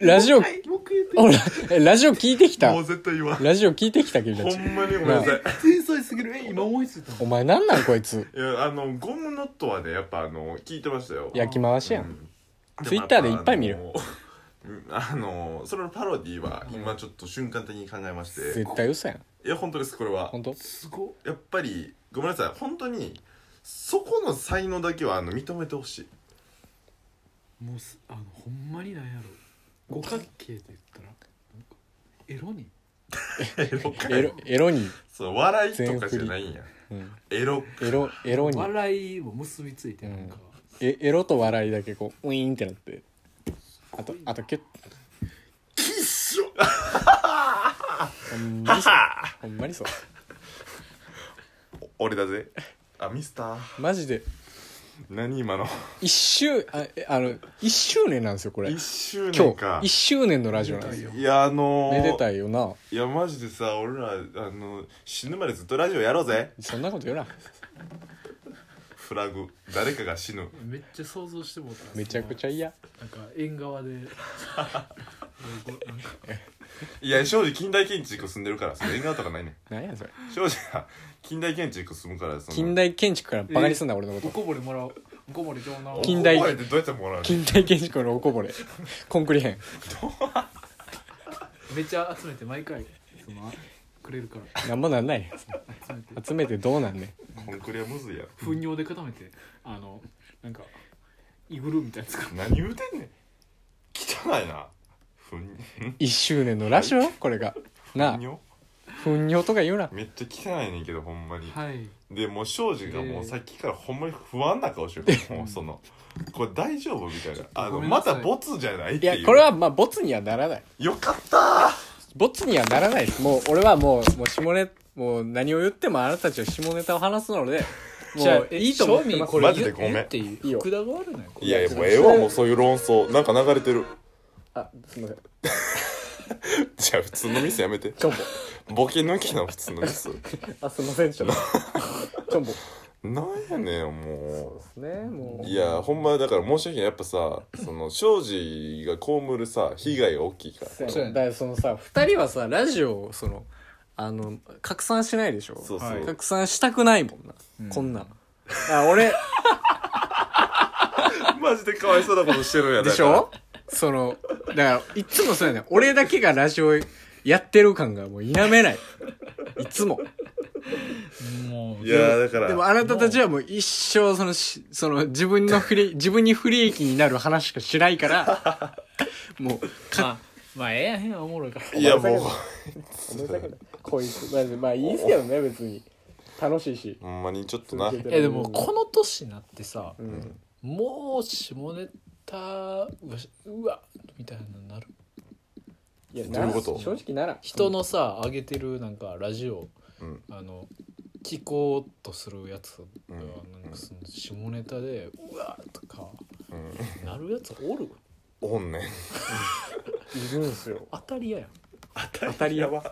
Speaker 3: えラジオ
Speaker 1: もう一回言って
Speaker 3: おらえラ ジオ聞いてきた
Speaker 2: もう絶対言わん
Speaker 3: ラジオ聞いてきた君た
Speaker 2: ほ
Speaker 3: ち
Speaker 2: んまにごめんなさい
Speaker 1: 天才すぎるえ今思いついた
Speaker 3: お前なんなんこいつ
Speaker 2: いやあのゴムノットはねやっぱあの聞いてましたよ
Speaker 3: 焼き回しや
Speaker 2: うんんも
Speaker 3: Twitter でいっぱい見る
Speaker 2: やっぱあのうんあのそれのパロディは今ちょっと瞬間的に考えまして
Speaker 3: 絶対嘘やん
Speaker 2: いや本当ですこれは
Speaker 3: 本当
Speaker 1: すごっ
Speaker 2: やっぱりごめんなさい本当にそこの才能だけはあの認めてほしい
Speaker 1: もうすあのほんまになんやろ五角形と言ったらエロに
Speaker 3: エロエロに、
Speaker 2: そう笑いとかじゃないんや
Speaker 3: うん、
Speaker 2: エロ
Speaker 3: エロエロに
Speaker 1: 笑いも結びついてなんか、
Speaker 3: えエロと笑いだけこうウィーンってなってあとあとキュッ
Speaker 2: きっしょ
Speaker 3: ほんまにそうほんまにそう
Speaker 2: 俺だぜあミスター
Speaker 3: マジで
Speaker 2: 何今の
Speaker 3: 一周あえあの一周年なんですよこれ
Speaker 2: 1周
Speaker 3: 今
Speaker 2: 年か
Speaker 3: 日一周年のラジオなんですよ
Speaker 2: いやあのー、
Speaker 3: めでたいよない
Speaker 2: やマジでさ俺らあの死ぬまでずっとラジオやろうぜ
Speaker 3: そんなこと言うな
Speaker 2: フラグ誰かが死ぬ
Speaker 1: めっちゃ想像してもうた
Speaker 3: めちゃくちゃ嫌
Speaker 1: なんか縁側で なんか
Speaker 2: いや庄司近代建築住んでるからそれ縁側とかないね
Speaker 3: なんやそれ
Speaker 2: 庄司が近代建築住むからその
Speaker 3: 近代建築からバカにすんな俺の
Speaker 1: お
Speaker 3: こと
Speaker 1: こぼれもらおうおこぼれ上納
Speaker 2: お
Speaker 3: 近代
Speaker 2: お前ってどうやってもら うの
Speaker 3: 近代建築のおこぼれコンクリ編
Speaker 1: めっちゃ集めて毎回そのくれるから
Speaker 3: なんもなんないやん
Speaker 1: 集めて
Speaker 3: 集めてどうなんね
Speaker 2: コンクリはむずいやろ
Speaker 1: 糞尿で固めてあのなんかイグルーみたいなやつか
Speaker 2: 何言うてんねん汚いなふん
Speaker 3: ん一周年のラジオこれがなあ
Speaker 2: ふんよ
Speaker 3: 糞尿とか言うな
Speaker 2: めっちゃ汚いねんけどほんまに、
Speaker 1: はい
Speaker 2: でもう庄司がもうさっきからほんまに不安な顔してる、もうそのこれ大丈夫みたいなあの
Speaker 1: ごめん
Speaker 2: ま
Speaker 1: なさ
Speaker 2: た
Speaker 1: い
Speaker 2: ボツじゃないっ
Speaker 3: い
Speaker 2: ていう
Speaker 3: やこれはまあボツにはならない
Speaker 2: よかった
Speaker 3: ボツにはならないですもう俺はもうもう下ネもう何を言ってもあなたたちは下ネタを話すの でもういいと思ってます
Speaker 2: れマジでごめん
Speaker 1: 言ってい
Speaker 3: いい
Speaker 1: い
Speaker 3: よ
Speaker 1: 福田が悪いのよこれ
Speaker 2: いやいやもうええわもうそういう論争なんか流れてる
Speaker 3: あすいません
Speaker 2: じゃあ普通のミスやめて
Speaker 3: ちょんぼ
Speaker 2: ボケ抜きの普通のミス
Speaker 3: あすいませんでし たねちょんぼ
Speaker 2: なんやねんも
Speaker 3: ねも
Speaker 2: う
Speaker 3: う
Speaker 2: いやほんまだから申し訳ないやっぱさその庄司が被るさ被害が大きいから
Speaker 3: そうや
Speaker 1: そうや
Speaker 3: ね
Speaker 1: ね
Speaker 3: だからそのさ2人はさラジオをそのあの拡散しないでしょ
Speaker 2: そうそう、
Speaker 1: はい
Speaker 3: 拡散したくないもんな、
Speaker 1: ん
Speaker 3: こんなんあ 俺
Speaker 2: マジでかわいそうなことしてるんや
Speaker 3: でしょそのだからいつもそうやね俺だけがラジオやってる感がもう否めないいつも
Speaker 1: もう
Speaker 2: いやだから
Speaker 3: でもあなたたちはもう一生そのしその自分の不利自分に不利益になる話しかしないからもう
Speaker 1: まあまあええやへんおもろいから
Speaker 2: いやもう
Speaker 3: こいつまあいいっすけどね別に楽しいし
Speaker 2: ほんまにちょっとな
Speaker 1: えでもこの年になってさ
Speaker 3: うん、
Speaker 1: もう下ネタうわしうわみたいなのなる
Speaker 3: いや
Speaker 2: どういうこと
Speaker 3: な正直なら
Speaker 1: 人のさ上げてるなんかラジオ
Speaker 2: うん
Speaker 1: あの聞こうとするやつが
Speaker 2: うん
Speaker 1: なんかその下ネタで「うわ!」とか
Speaker 2: うん
Speaker 1: なるやつおる
Speaker 2: おんねん
Speaker 3: いるんすよ
Speaker 1: 当たりややん
Speaker 3: 当たり屋 は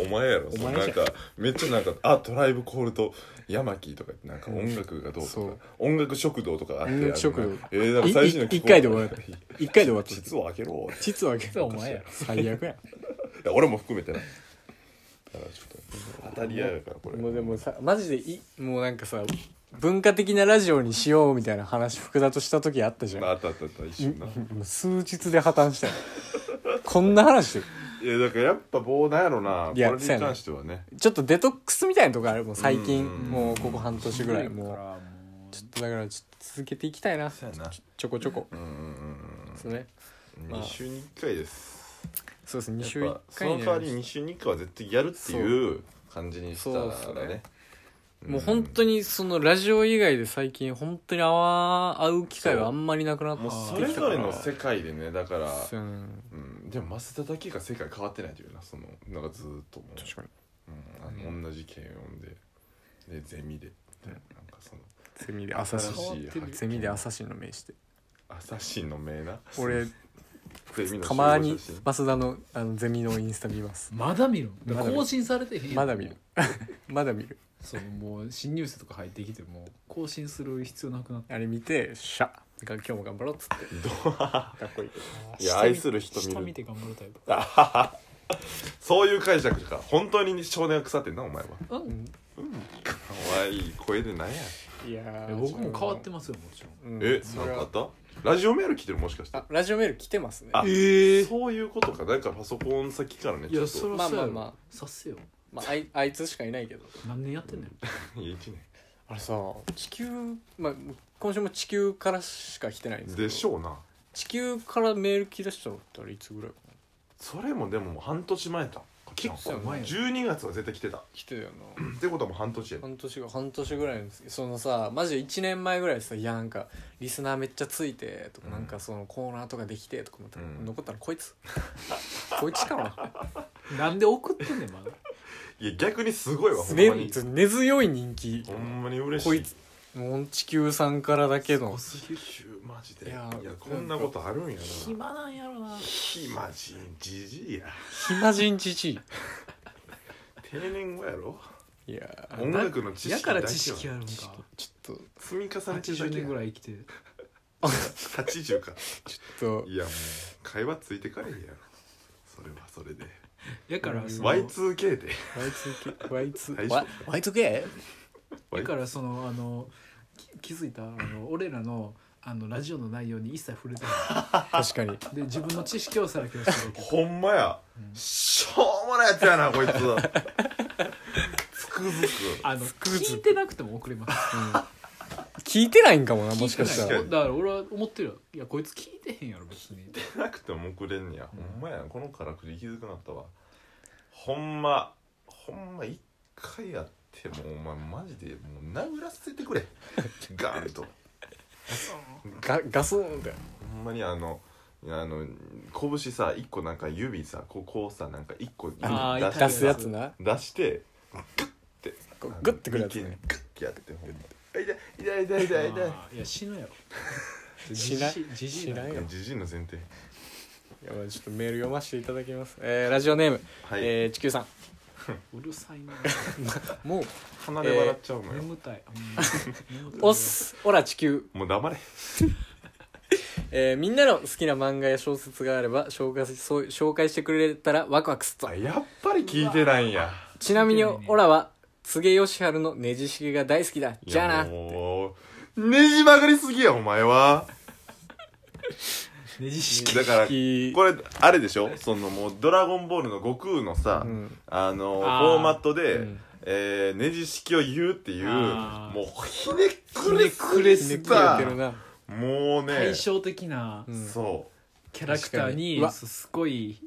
Speaker 2: お前やろ
Speaker 3: お
Speaker 2: そ
Speaker 3: 前
Speaker 2: の
Speaker 3: じゃ
Speaker 2: なんんかめっちゃなんか「あドライブコールとヤマキー」とか言ってなんか音楽がどう
Speaker 3: そ
Speaker 2: と
Speaker 3: う
Speaker 2: か音楽食堂とかあって
Speaker 3: 音楽食堂
Speaker 2: あのえー、なんか
Speaker 3: い
Speaker 2: 最新の
Speaker 3: い一回で終 わる
Speaker 2: る
Speaker 3: 一回で終わった
Speaker 2: 実を開けろい
Speaker 3: 実は結
Speaker 1: 実はお前やろ
Speaker 3: 最悪や
Speaker 2: や俺も含めてなだからちょっと当たり合うからこれ
Speaker 3: もうでもさマジでいもうなんかさ文化的なラジオにしようみたいな話福田とした時あったじゃん
Speaker 2: あったあったあった一瞬な
Speaker 3: もう数日で破綻したよ こんな話して
Speaker 2: いやだからやっぱ棒なんやろない
Speaker 3: や
Speaker 2: これに関してはね
Speaker 3: ちょっとデトックスみたいなとこあるもう最
Speaker 2: う
Speaker 3: 近
Speaker 2: ん
Speaker 3: もうここ半年ぐらいも
Speaker 1: ら
Speaker 3: うちょっとだからちょっと続けていきたいな
Speaker 2: そうやな
Speaker 3: ちょこちょこ
Speaker 2: うんうん
Speaker 3: ですね
Speaker 2: うんう
Speaker 3: ま
Speaker 2: ん
Speaker 3: あ
Speaker 2: 2週に1回です
Speaker 3: そうですね2週
Speaker 2: やっ
Speaker 3: 1
Speaker 2: ぱそ
Speaker 3: 回
Speaker 2: の
Speaker 3: に
Speaker 2: 代
Speaker 3: な
Speaker 2: わ
Speaker 3: り
Speaker 2: り
Speaker 3: ま
Speaker 2: 2週に1回は絶対やるっていう感じにした
Speaker 3: そうっす
Speaker 2: ら
Speaker 3: ね
Speaker 2: ね
Speaker 3: すもう本当にそのラジオ以外で最近本当に会わ会う機会はあんまりなくなって
Speaker 2: もう
Speaker 3: き
Speaker 2: そ
Speaker 3: て
Speaker 2: れ
Speaker 3: きた
Speaker 2: ぞ
Speaker 3: から
Speaker 2: れの世界でねだから
Speaker 3: そうやね
Speaker 2: うんでも増田だけが世界変わってないというなそのなんかずーっともう
Speaker 3: 確かに
Speaker 2: うんあの同じ軽音ででゼミでなんかその
Speaker 3: ゼミで朝
Speaker 2: 新
Speaker 3: シ
Speaker 1: 変わって
Speaker 2: し
Speaker 1: る
Speaker 2: い
Speaker 1: よ
Speaker 2: 発見
Speaker 3: ゼミで朝シの名して
Speaker 2: 朝日の名な
Speaker 3: 俺
Speaker 2: ゼミの
Speaker 3: たまに
Speaker 2: 集合写真
Speaker 3: 増田のあのゼミのインスタ見ます
Speaker 1: まだ見る
Speaker 3: まだ見る
Speaker 1: 更新されてへんやん
Speaker 3: まだ見る まだ見る
Speaker 1: そうもう新入生とか入ってきても更新する必要なくなって
Speaker 3: あれ見てシャッ今日も頑張ろうっつってかっこいい
Speaker 2: いや
Speaker 1: 下見
Speaker 2: 愛する人
Speaker 1: 下見
Speaker 2: 見る
Speaker 1: て頑張るタイプ
Speaker 2: あははそういう解釈か本当に少年が腐ってんなお前は
Speaker 1: うん
Speaker 2: 可愛い声でなんや
Speaker 3: いやー
Speaker 1: 僕も変わってますよもちろん
Speaker 3: うん
Speaker 2: え
Speaker 3: そ
Speaker 2: なん
Speaker 3: れ
Speaker 2: かあ
Speaker 3: は
Speaker 2: ったラジオメール来てるもしかして
Speaker 3: あラジオメール来てますね
Speaker 2: あ
Speaker 1: え
Speaker 2: そういうことかなんかパソコン先からね
Speaker 1: いや
Speaker 2: ちょ
Speaker 1: そ
Speaker 2: っ
Speaker 1: れ
Speaker 3: ま
Speaker 1: は
Speaker 3: あ
Speaker 1: そうやろ
Speaker 3: まあま
Speaker 1: させよ
Speaker 3: まあ、あいあいつしかいないけど
Speaker 1: 何年やってんねん
Speaker 2: といや一年
Speaker 3: あれさ地球、まあ、今週も地球からしか来てないんですけど
Speaker 2: でしょうな
Speaker 3: 地球からメール来だしたのってあれいつぐらいか
Speaker 2: それもでも半年前だ
Speaker 1: 結構前や
Speaker 2: 12月は絶対来てた
Speaker 3: 来てたよな
Speaker 2: ってことはもう半年やね
Speaker 3: 半年ぐ半年ぐらいのそのさマジで1年前ぐらいさ「いやなんかリスナーめっちゃついて」とか、
Speaker 2: うん
Speaker 3: なんかそのコーナーとかできて」とか思ったら、
Speaker 2: うん
Speaker 3: 残ったのこいつ こいつか な
Speaker 1: なんで送ってんねんまだ
Speaker 2: いや逆にすごいわほんま
Speaker 3: 根
Speaker 2: に
Speaker 3: 根強い人気
Speaker 2: ほんまに嬉しい
Speaker 3: こいつモンチキューさんからだけの
Speaker 2: すごすぎるマジで
Speaker 3: い
Speaker 2: い
Speaker 3: や
Speaker 2: や
Speaker 3: ー
Speaker 2: こんなことあるんやな
Speaker 1: 暇なんやろな
Speaker 2: 暇人じじいや
Speaker 3: 暇人じじい
Speaker 2: 定年後やろ
Speaker 3: いやー
Speaker 2: 音楽の知識
Speaker 1: やから
Speaker 2: だけ
Speaker 1: 知識
Speaker 2: は
Speaker 1: あるんか
Speaker 3: ちょっと
Speaker 2: 積み重ねてるだ
Speaker 1: 80
Speaker 2: けや
Speaker 1: 年ぐらい生きて
Speaker 2: 80か
Speaker 3: ちょっと
Speaker 2: いやもう会話ついてかれへんやろそれはそれで
Speaker 1: やからその
Speaker 2: Y2K で
Speaker 3: Y2K
Speaker 2: 最
Speaker 3: Y-
Speaker 2: 初
Speaker 3: Y2K?
Speaker 1: だからそのあのき気づいたあの俺らのあのラジオの内容に一切触れてな
Speaker 3: 確かに
Speaker 1: いで自分の知識をさらけ出してるけど
Speaker 2: ほんまやしょうもないやつや なこいつつくづく
Speaker 1: あの聞いてなくても送れます
Speaker 3: 聞いてないんかもなもしかした
Speaker 1: 聞い
Speaker 3: ら
Speaker 1: てないだから俺は思ってるよいやこいつ聞いてへんやろ別に
Speaker 2: なくてもくれんねやほんまやこのからくり気づくなったわほんまほんま一回やってもうお前マジでもう殴らせて くれガーンと
Speaker 3: ガガソーンって
Speaker 2: ほんまにあのあの拳さ一個なんか指さこうこうさなんか一個指
Speaker 1: あー
Speaker 2: 出して
Speaker 3: 出すやつな
Speaker 2: 出してグッて
Speaker 3: こうグッてくるやつ
Speaker 2: あの
Speaker 3: ね
Speaker 2: 幹にグッてやってほんま痛い痛い痛い痛い痛い
Speaker 1: あーいや死ぬやろ
Speaker 3: しない
Speaker 1: じじい
Speaker 3: しないよ
Speaker 2: じじいの前提
Speaker 3: やばいちょっとメール読ませていただきます、えーラジオネーム、
Speaker 2: はい、
Speaker 3: えー地球さん
Speaker 1: うるさい な
Speaker 3: もう
Speaker 2: 鼻で笑っちゃうのよ、
Speaker 1: 眠たいうん眠たい
Speaker 3: おっすオラ地球、
Speaker 2: もう黙れ
Speaker 3: えーみんなの好きな漫画や小説があれば紹介そう紹介してくれたらワクワクすっと
Speaker 2: あやっぱり聞いてないんや
Speaker 3: ちなみ
Speaker 1: 聞
Speaker 3: に
Speaker 1: いてないね
Speaker 3: オラは柘植義治のねじ式が大好きだ
Speaker 2: いや
Speaker 3: じゃあな
Speaker 2: もうねじ曲がりすぎやお前は
Speaker 1: ねじ式
Speaker 2: だから
Speaker 3: き
Speaker 2: これあれでしょそのもう「ドラゴンボール」の悟空のさ、
Speaker 3: うん
Speaker 2: あの
Speaker 1: あー
Speaker 2: フォーマットで、
Speaker 3: うん
Speaker 2: えーねじ式を言うっていう
Speaker 1: あー
Speaker 2: もうひねくれくれ
Speaker 3: ひね
Speaker 2: し
Speaker 3: くれ
Speaker 2: た
Speaker 3: てるな、
Speaker 2: もうね
Speaker 1: 対照的な
Speaker 3: うん、
Speaker 2: そ
Speaker 1: キャラクター
Speaker 3: 確かにう
Speaker 1: に
Speaker 3: わ
Speaker 1: すすごい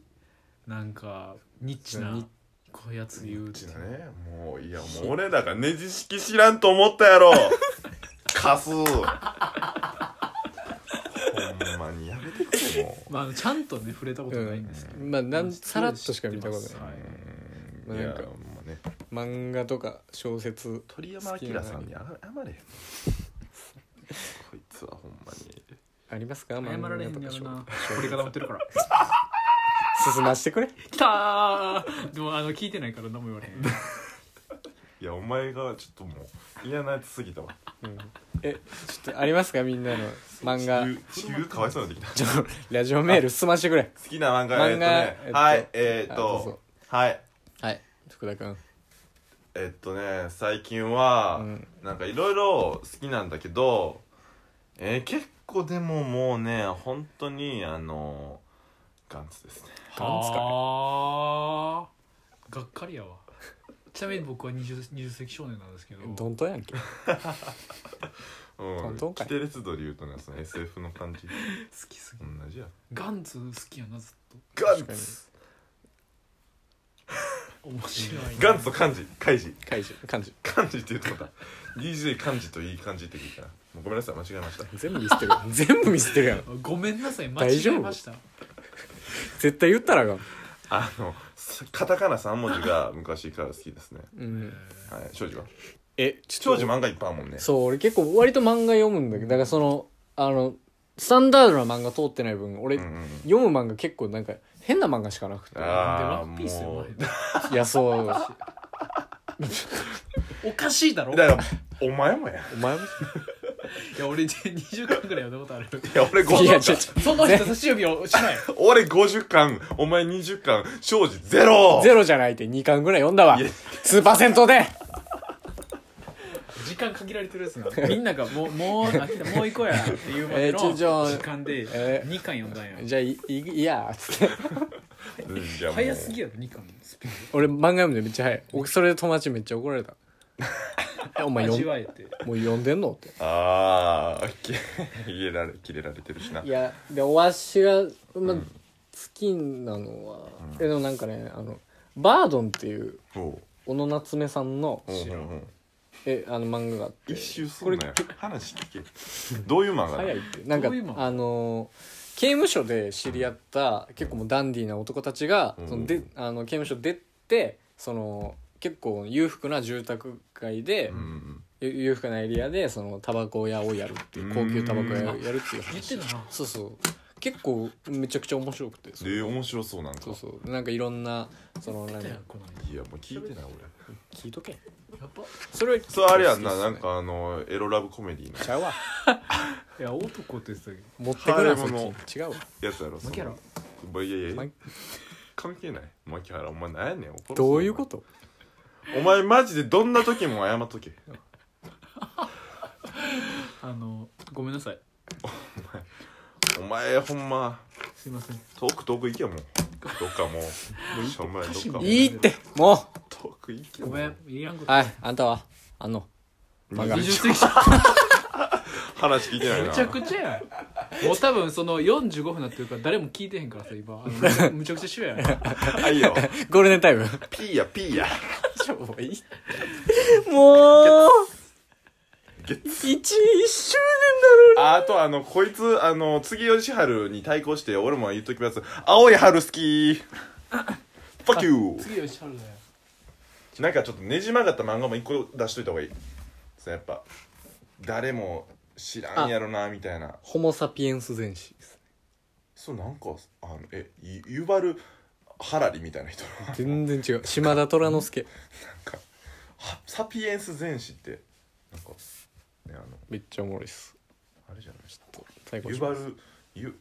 Speaker 1: なんかニッチ
Speaker 3: ニッ
Speaker 1: なこういうやつ
Speaker 2: う
Speaker 1: 言うって
Speaker 2: ち
Speaker 1: い
Speaker 2: だ
Speaker 1: う
Speaker 2: ねもういやもう俺らがねじ式知らんと思ったや ろカ スほんまにやめてくれも
Speaker 1: まああのちゃんとね触れたことないんですけど
Speaker 3: まあなんさらっとしか見たこと
Speaker 1: 知って
Speaker 3: な
Speaker 1: ま
Speaker 3: い
Speaker 1: すは
Speaker 2: う、
Speaker 3: ま
Speaker 2: い
Speaker 3: あ
Speaker 2: や
Speaker 3: なんか
Speaker 2: ほんまね
Speaker 3: 漫画とか小説
Speaker 2: 鳥山明さんにあ謝れへんこいつはほんまに
Speaker 3: ありますか
Speaker 1: 謝られへんや
Speaker 3: 漫画
Speaker 1: ろ
Speaker 3: と
Speaker 1: な
Speaker 3: か
Speaker 1: これから持ってるから
Speaker 3: 小進ましてくれ
Speaker 1: きたーでもあの聞いてないから何も言われへん
Speaker 2: いやお前がちょっともう嫌なやつすぎたわ
Speaker 3: うんえちょっとありますかみんなの漫画
Speaker 2: 地球かわいそうになってきた
Speaker 3: ちょラジオメール済ましてくれ
Speaker 2: 好きな漫画
Speaker 3: 漫画
Speaker 2: えっと
Speaker 3: え
Speaker 2: ねはいえ
Speaker 3: っと
Speaker 2: ーっ
Speaker 3: あどうぞ
Speaker 2: とはい
Speaker 3: はい福田君
Speaker 2: えっとね最近は、
Speaker 3: うん
Speaker 2: なんかいろいろ好きなんだけどえー、結構でももうね本当にあのガンツですね
Speaker 3: ガンツか
Speaker 1: はーがっかりやわ ちなみに僕は二十二十世紀少年なんですけど
Speaker 3: どんとやんけ
Speaker 2: う
Speaker 3: 本
Speaker 2: ん
Speaker 3: 当かい
Speaker 2: 規定列度で言うとねその SF の感じ
Speaker 1: 好きすぎ
Speaker 2: 同じや
Speaker 1: ガンツ好きやなずっ
Speaker 2: ガ
Speaker 3: ン
Speaker 2: ン
Speaker 3: ツ
Speaker 2: ツ
Speaker 1: と面白い
Speaker 2: ガンツと漢字カイジ
Speaker 3: 怪獣漢字
Speaker 2: 漢字って言うとこだ DJ 漢字といい漢字って言うからもうごめんなさい間違えました
Speaker 3: 全部ミスってる 全部ミスってるやん
Speaker 1: ごめんなさい間
Speaker 3: 大丈
Speaker 1: 違
Speaker 3: 夫
Speaker 1: えました
Speaker 3: 絶対言ったらが
Speaker 2: あのさカタカナ3文字が昔から好きですね
Speaker 3: うん
Speaker 2: はい庄司は
Speaker 3: えち
Speaker 2: 庄
Speaker 3: ょっ
Speaker 2: 司
Speaker 3: と
Speaker 2: 漫画いっぱいあるもんね
Speaker 3: そう俺結構割と漫画読むんだけどだからそのあのスタンダードな漫画通ってない分俺
Speaker 2: うんうんうん
Speaker 3: 読む漫画結構なんか変な漫画しかな くて
Speaker 1: で
Speaker 2: あ
Speaker 1: ワ
Speaker 2: あ
Speaker 1: ンピース
Speaker 2: も
Speaker 1: よ
Speaker 2: う
Speaker 3: いやそう
Speaker 1: お前おかしいだ ろ
Speaker 2: だからお前もや
Speaker 3: お前も
Speaker 1: いや俺20巻ぐらい読んだことある
Speaker 2: いや俺
Speaker 3: いやちょ
Speaker 2: 50
Speaker 3: ち
Speaker 2: 巻
Speaker 3: ょ
Speaker 1: その人差し指をし ない
Speaker 2: 俺50巻お前20巻庄司ゼロ
Speaker 3: ゼロじゃないって2巻ぐらい読んだわ
Speaker 2: いや
Speaker 3: スーパー銭湯で
Speaker 1: 時間限られてるやつなみんながもうもう飽きたもう行こうやっていうまでの
Speaker 3: えーちょ
Speaker 1: 時
Speaker 3: じゃあ
Speaker 1: 間で
Speaker 3: え
Speaker 1: 2
Speaker 3: ー
Speaker 1: 巻読んだんや
Speaker 3: じゃあいいいやつって
Speaker 2: じゃあもう
Speaker 1: 早すぎやろ2巻のスピー
Speaker 3: 俺漫画読むでめっちゃ早い俺それで友達めっちゃ怒られたえお
Speaker 1: ド
Speaker 3: 前
Speaker 1: 味
Speaker 3: 読
Speaker 1: わえて
Speaker 3: んもう読んでんのって
Speaker 2: ああ切れられ切れられてるしない
Speaker 3: やでおわしが、まあ好きなのは、えでもなんかねあのバードンっていう
Speaker 2: ほ
Speaker 3: 小野夏目さんの
Speaker 2: うほう
Speaker 1: 知らん
Speaker 2: ほう
Speaker 3: えあの漫画があって
Speaker 2: 一周すんなよ話聞けどういう漫画な
Speaker 3: 早いってなんか
Speaker 1: どういう漫画
Speaker 3: あのー刑務所で知り合った結構もうダンディーな男たちが、
Speaker 2: うん
Speaker 3: そのであの刑務所出てその結構裕福な住宅街で、
Speaker 2: うんうん
Speaker 3: ゆ裕福なエリアでそのタバコ屋をやるっていう高級タバコ屋をやるってい
Speaker 1: 言
Speaker 3: う
Speaker 1: っ
Speaker 3: 話
Speaker 1: てたな
Speaker 3: そうそう結構めちゃくちゃ面白くてそ
Speaker 2: で
Speaker 3: う
Speaker 2: 面白そうなんか
Speaker 3: そうそうなんかいろんなその
Speaker 1: 言っ
Speaker 3: 何
Speaker 1: てたやんこの間
Speaker 2: いやもう聞いてない俺
Speaker 3: 聞いとけ
Speaker 1: やっぱ
Speaker 3: それは
Speaker 2: そうあれやん
Speaker 3: 好
Speaker 2: な
Speaker 3: きっす
Speaker 2: な
Speaker 3: ね
Speaker 2: んかあのエロラブコメディの
Speaker 3: ちゃうわ
Speaker 1: いや男って言ってたけど
Speaker 3: 持ってくな
Speaker 2: 腫
Speaker 3: そ
Speaker 2: れ
Speaker 3: っ
Speaker 2: 物
Speaker 3: ち違うわ
Speaker 2: やつやろ
Speaker 1: 負けろ
Speaker 2: そのいやいやいや
Speaker 3: ま
Speaker 2: 関係ない牧原お前なんやねん怒らせん
Speaker 3: どういうこと
Speaker 2: お前お前マジでどんな時も謝っとけ
Speaker 1: あのごめんなさい
Speaker 2: お前ほんます
Speaker 1: いません
Speaker 2: 遠く遠く行けもうどっかもうしょうもないどっかもう
Speaker 1: 歌詞
Speaker 3: いいっても
Speaker 2: 遠く行け
Speaker 1: ご
Speaker 2: も
Speaker 1: め
Speaker 2: うん
Speaker 1: いらんこ
Speaker 3: う
Speaker 1: と
Speaker 3: はいあんたはあの漫画
Speaker 1: 20世紀
Speaker 2: 話聞いてないな
Speaker 1: めちゃくちゃやんもう多分その45分なってるから誰も聞いてへんからさ今あのむちゃむちゃくちゃしよ うやん
Speaker 2: あいいよ
Speaker 3: ゴールデンタイム
Speaker 2: ピーやピーや
Speaker 3: もういいもう
Speaker 2: ゲッ
Speaker 3: 一一周
Speaker 2: ああとあのこいつあの次吉春に対抗して俺も言っときます青い春好き Fuck you
Speaker 1: 次よしはるだよ
Speaker 2: なんかちょっとねじ曲がった漫画も一個出しといた方がいいそのやっぱ誰も知らんやろなみたいな
Speaker 3: ホモ・サピエンス全史です
Speaker 2: そうなんかあのえゆゆばるハラリみたいな人なん
Speaker 3: 全然違う島田虎之助
Speaker 2: かはサピエンス全史ってなんかねあの
Speaker 3: めっちゃおもろいっす
Speaker 2: あれじゃないですか
Speaker 3: 最高
Speaker 2: ゆばるゆ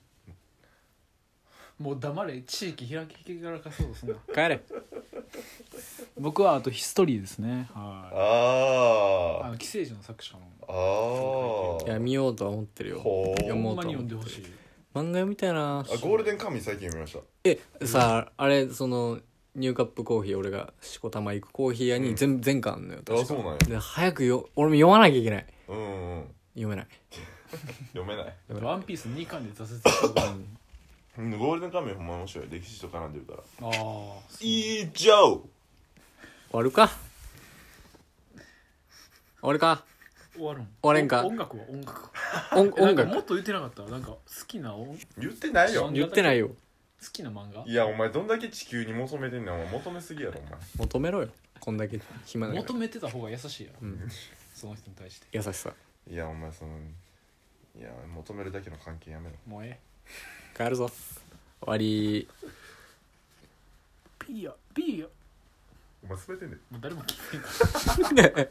Speaker 1: もう黙れ地域開きからかそうすな
Speaker 3: 帰れ
Speaker 1: 僕はあとヒストリーですねはいあ
Speaker 2: あー
Speaker 1: の寄生児の作者の
Speaker 2: あ
Speaker 3: いや
Speaker 2: ー
Speaker 3: 見ようとは思ってるよ
Speaker 2: ほう
Speaker 3: 読
Speaker 1: ほ
Speaker 3: もうん
Speaker 1: ま
Speaker 3: と
Speaker 1: に
Speaker 3: は
Speaker 1: 読
Speaker 3: 思
Speaker 1: ん
Speaker 3: って
Speaker 1: でほ
Speaker 3: る
Speaker 1: しい
Speaker 3: 漫画読みたいな
Speaker 2: あゴールデンカムイ最近見ました
Speaker 3: えさああれそのニューカップコーヒー俺がしこたま行くコーヒー屋に全,、全巻あんのよ確か
Speaker 2: あそうなんや
Speaker 3: で早くよ俺も読まなきゃいけない
Speaker 2: うんうんうん
Speaker 3: 読めない
Speaker 2: 読めない
Speaker 1: 「ワンピース2巻で挫折したことある
Speaker 2: うんゴールデンカムイほんま面白い歴史と絡んでるから
Speaker 1: あー
Speaker 2: 以上
Speaker 3: 終わるか終わるか
Speaker 1: 終わるん
Speaker 3: 終われんか
Speaker 1: 音楽は音楽え
Speaker 3: 音
Speaker 1: な
Speaker 3: 音
Speaker 1: んか
Speaker 3: 楽
Speaker 1: もっと言ってなかったなんか好きな音好
Speaker 2: 言ってないよ
Speaker 3: 言ってないよ
Speaker 1: きな漫画
Speaker 2: いやお前どんだけ地球に求めてんねんお前求めすぎやろお前
Speaker 3: 求めろよこんだけ暇なの
Speaker 1: 求めてた方が優しいやろ
Speaker 3: うん
Speaker 1: その人に対して
Speaker 3: 優しさ
Speaker 2: いやお前そのいや求めるだけの関係やめろ
Speaker 1: もうえ
Speaker 3: 帰るぞ終 わり
Speaker 1: えピーやピーや
Speaker 2: お前全てね
Speaker 1: もう誰も聞いてない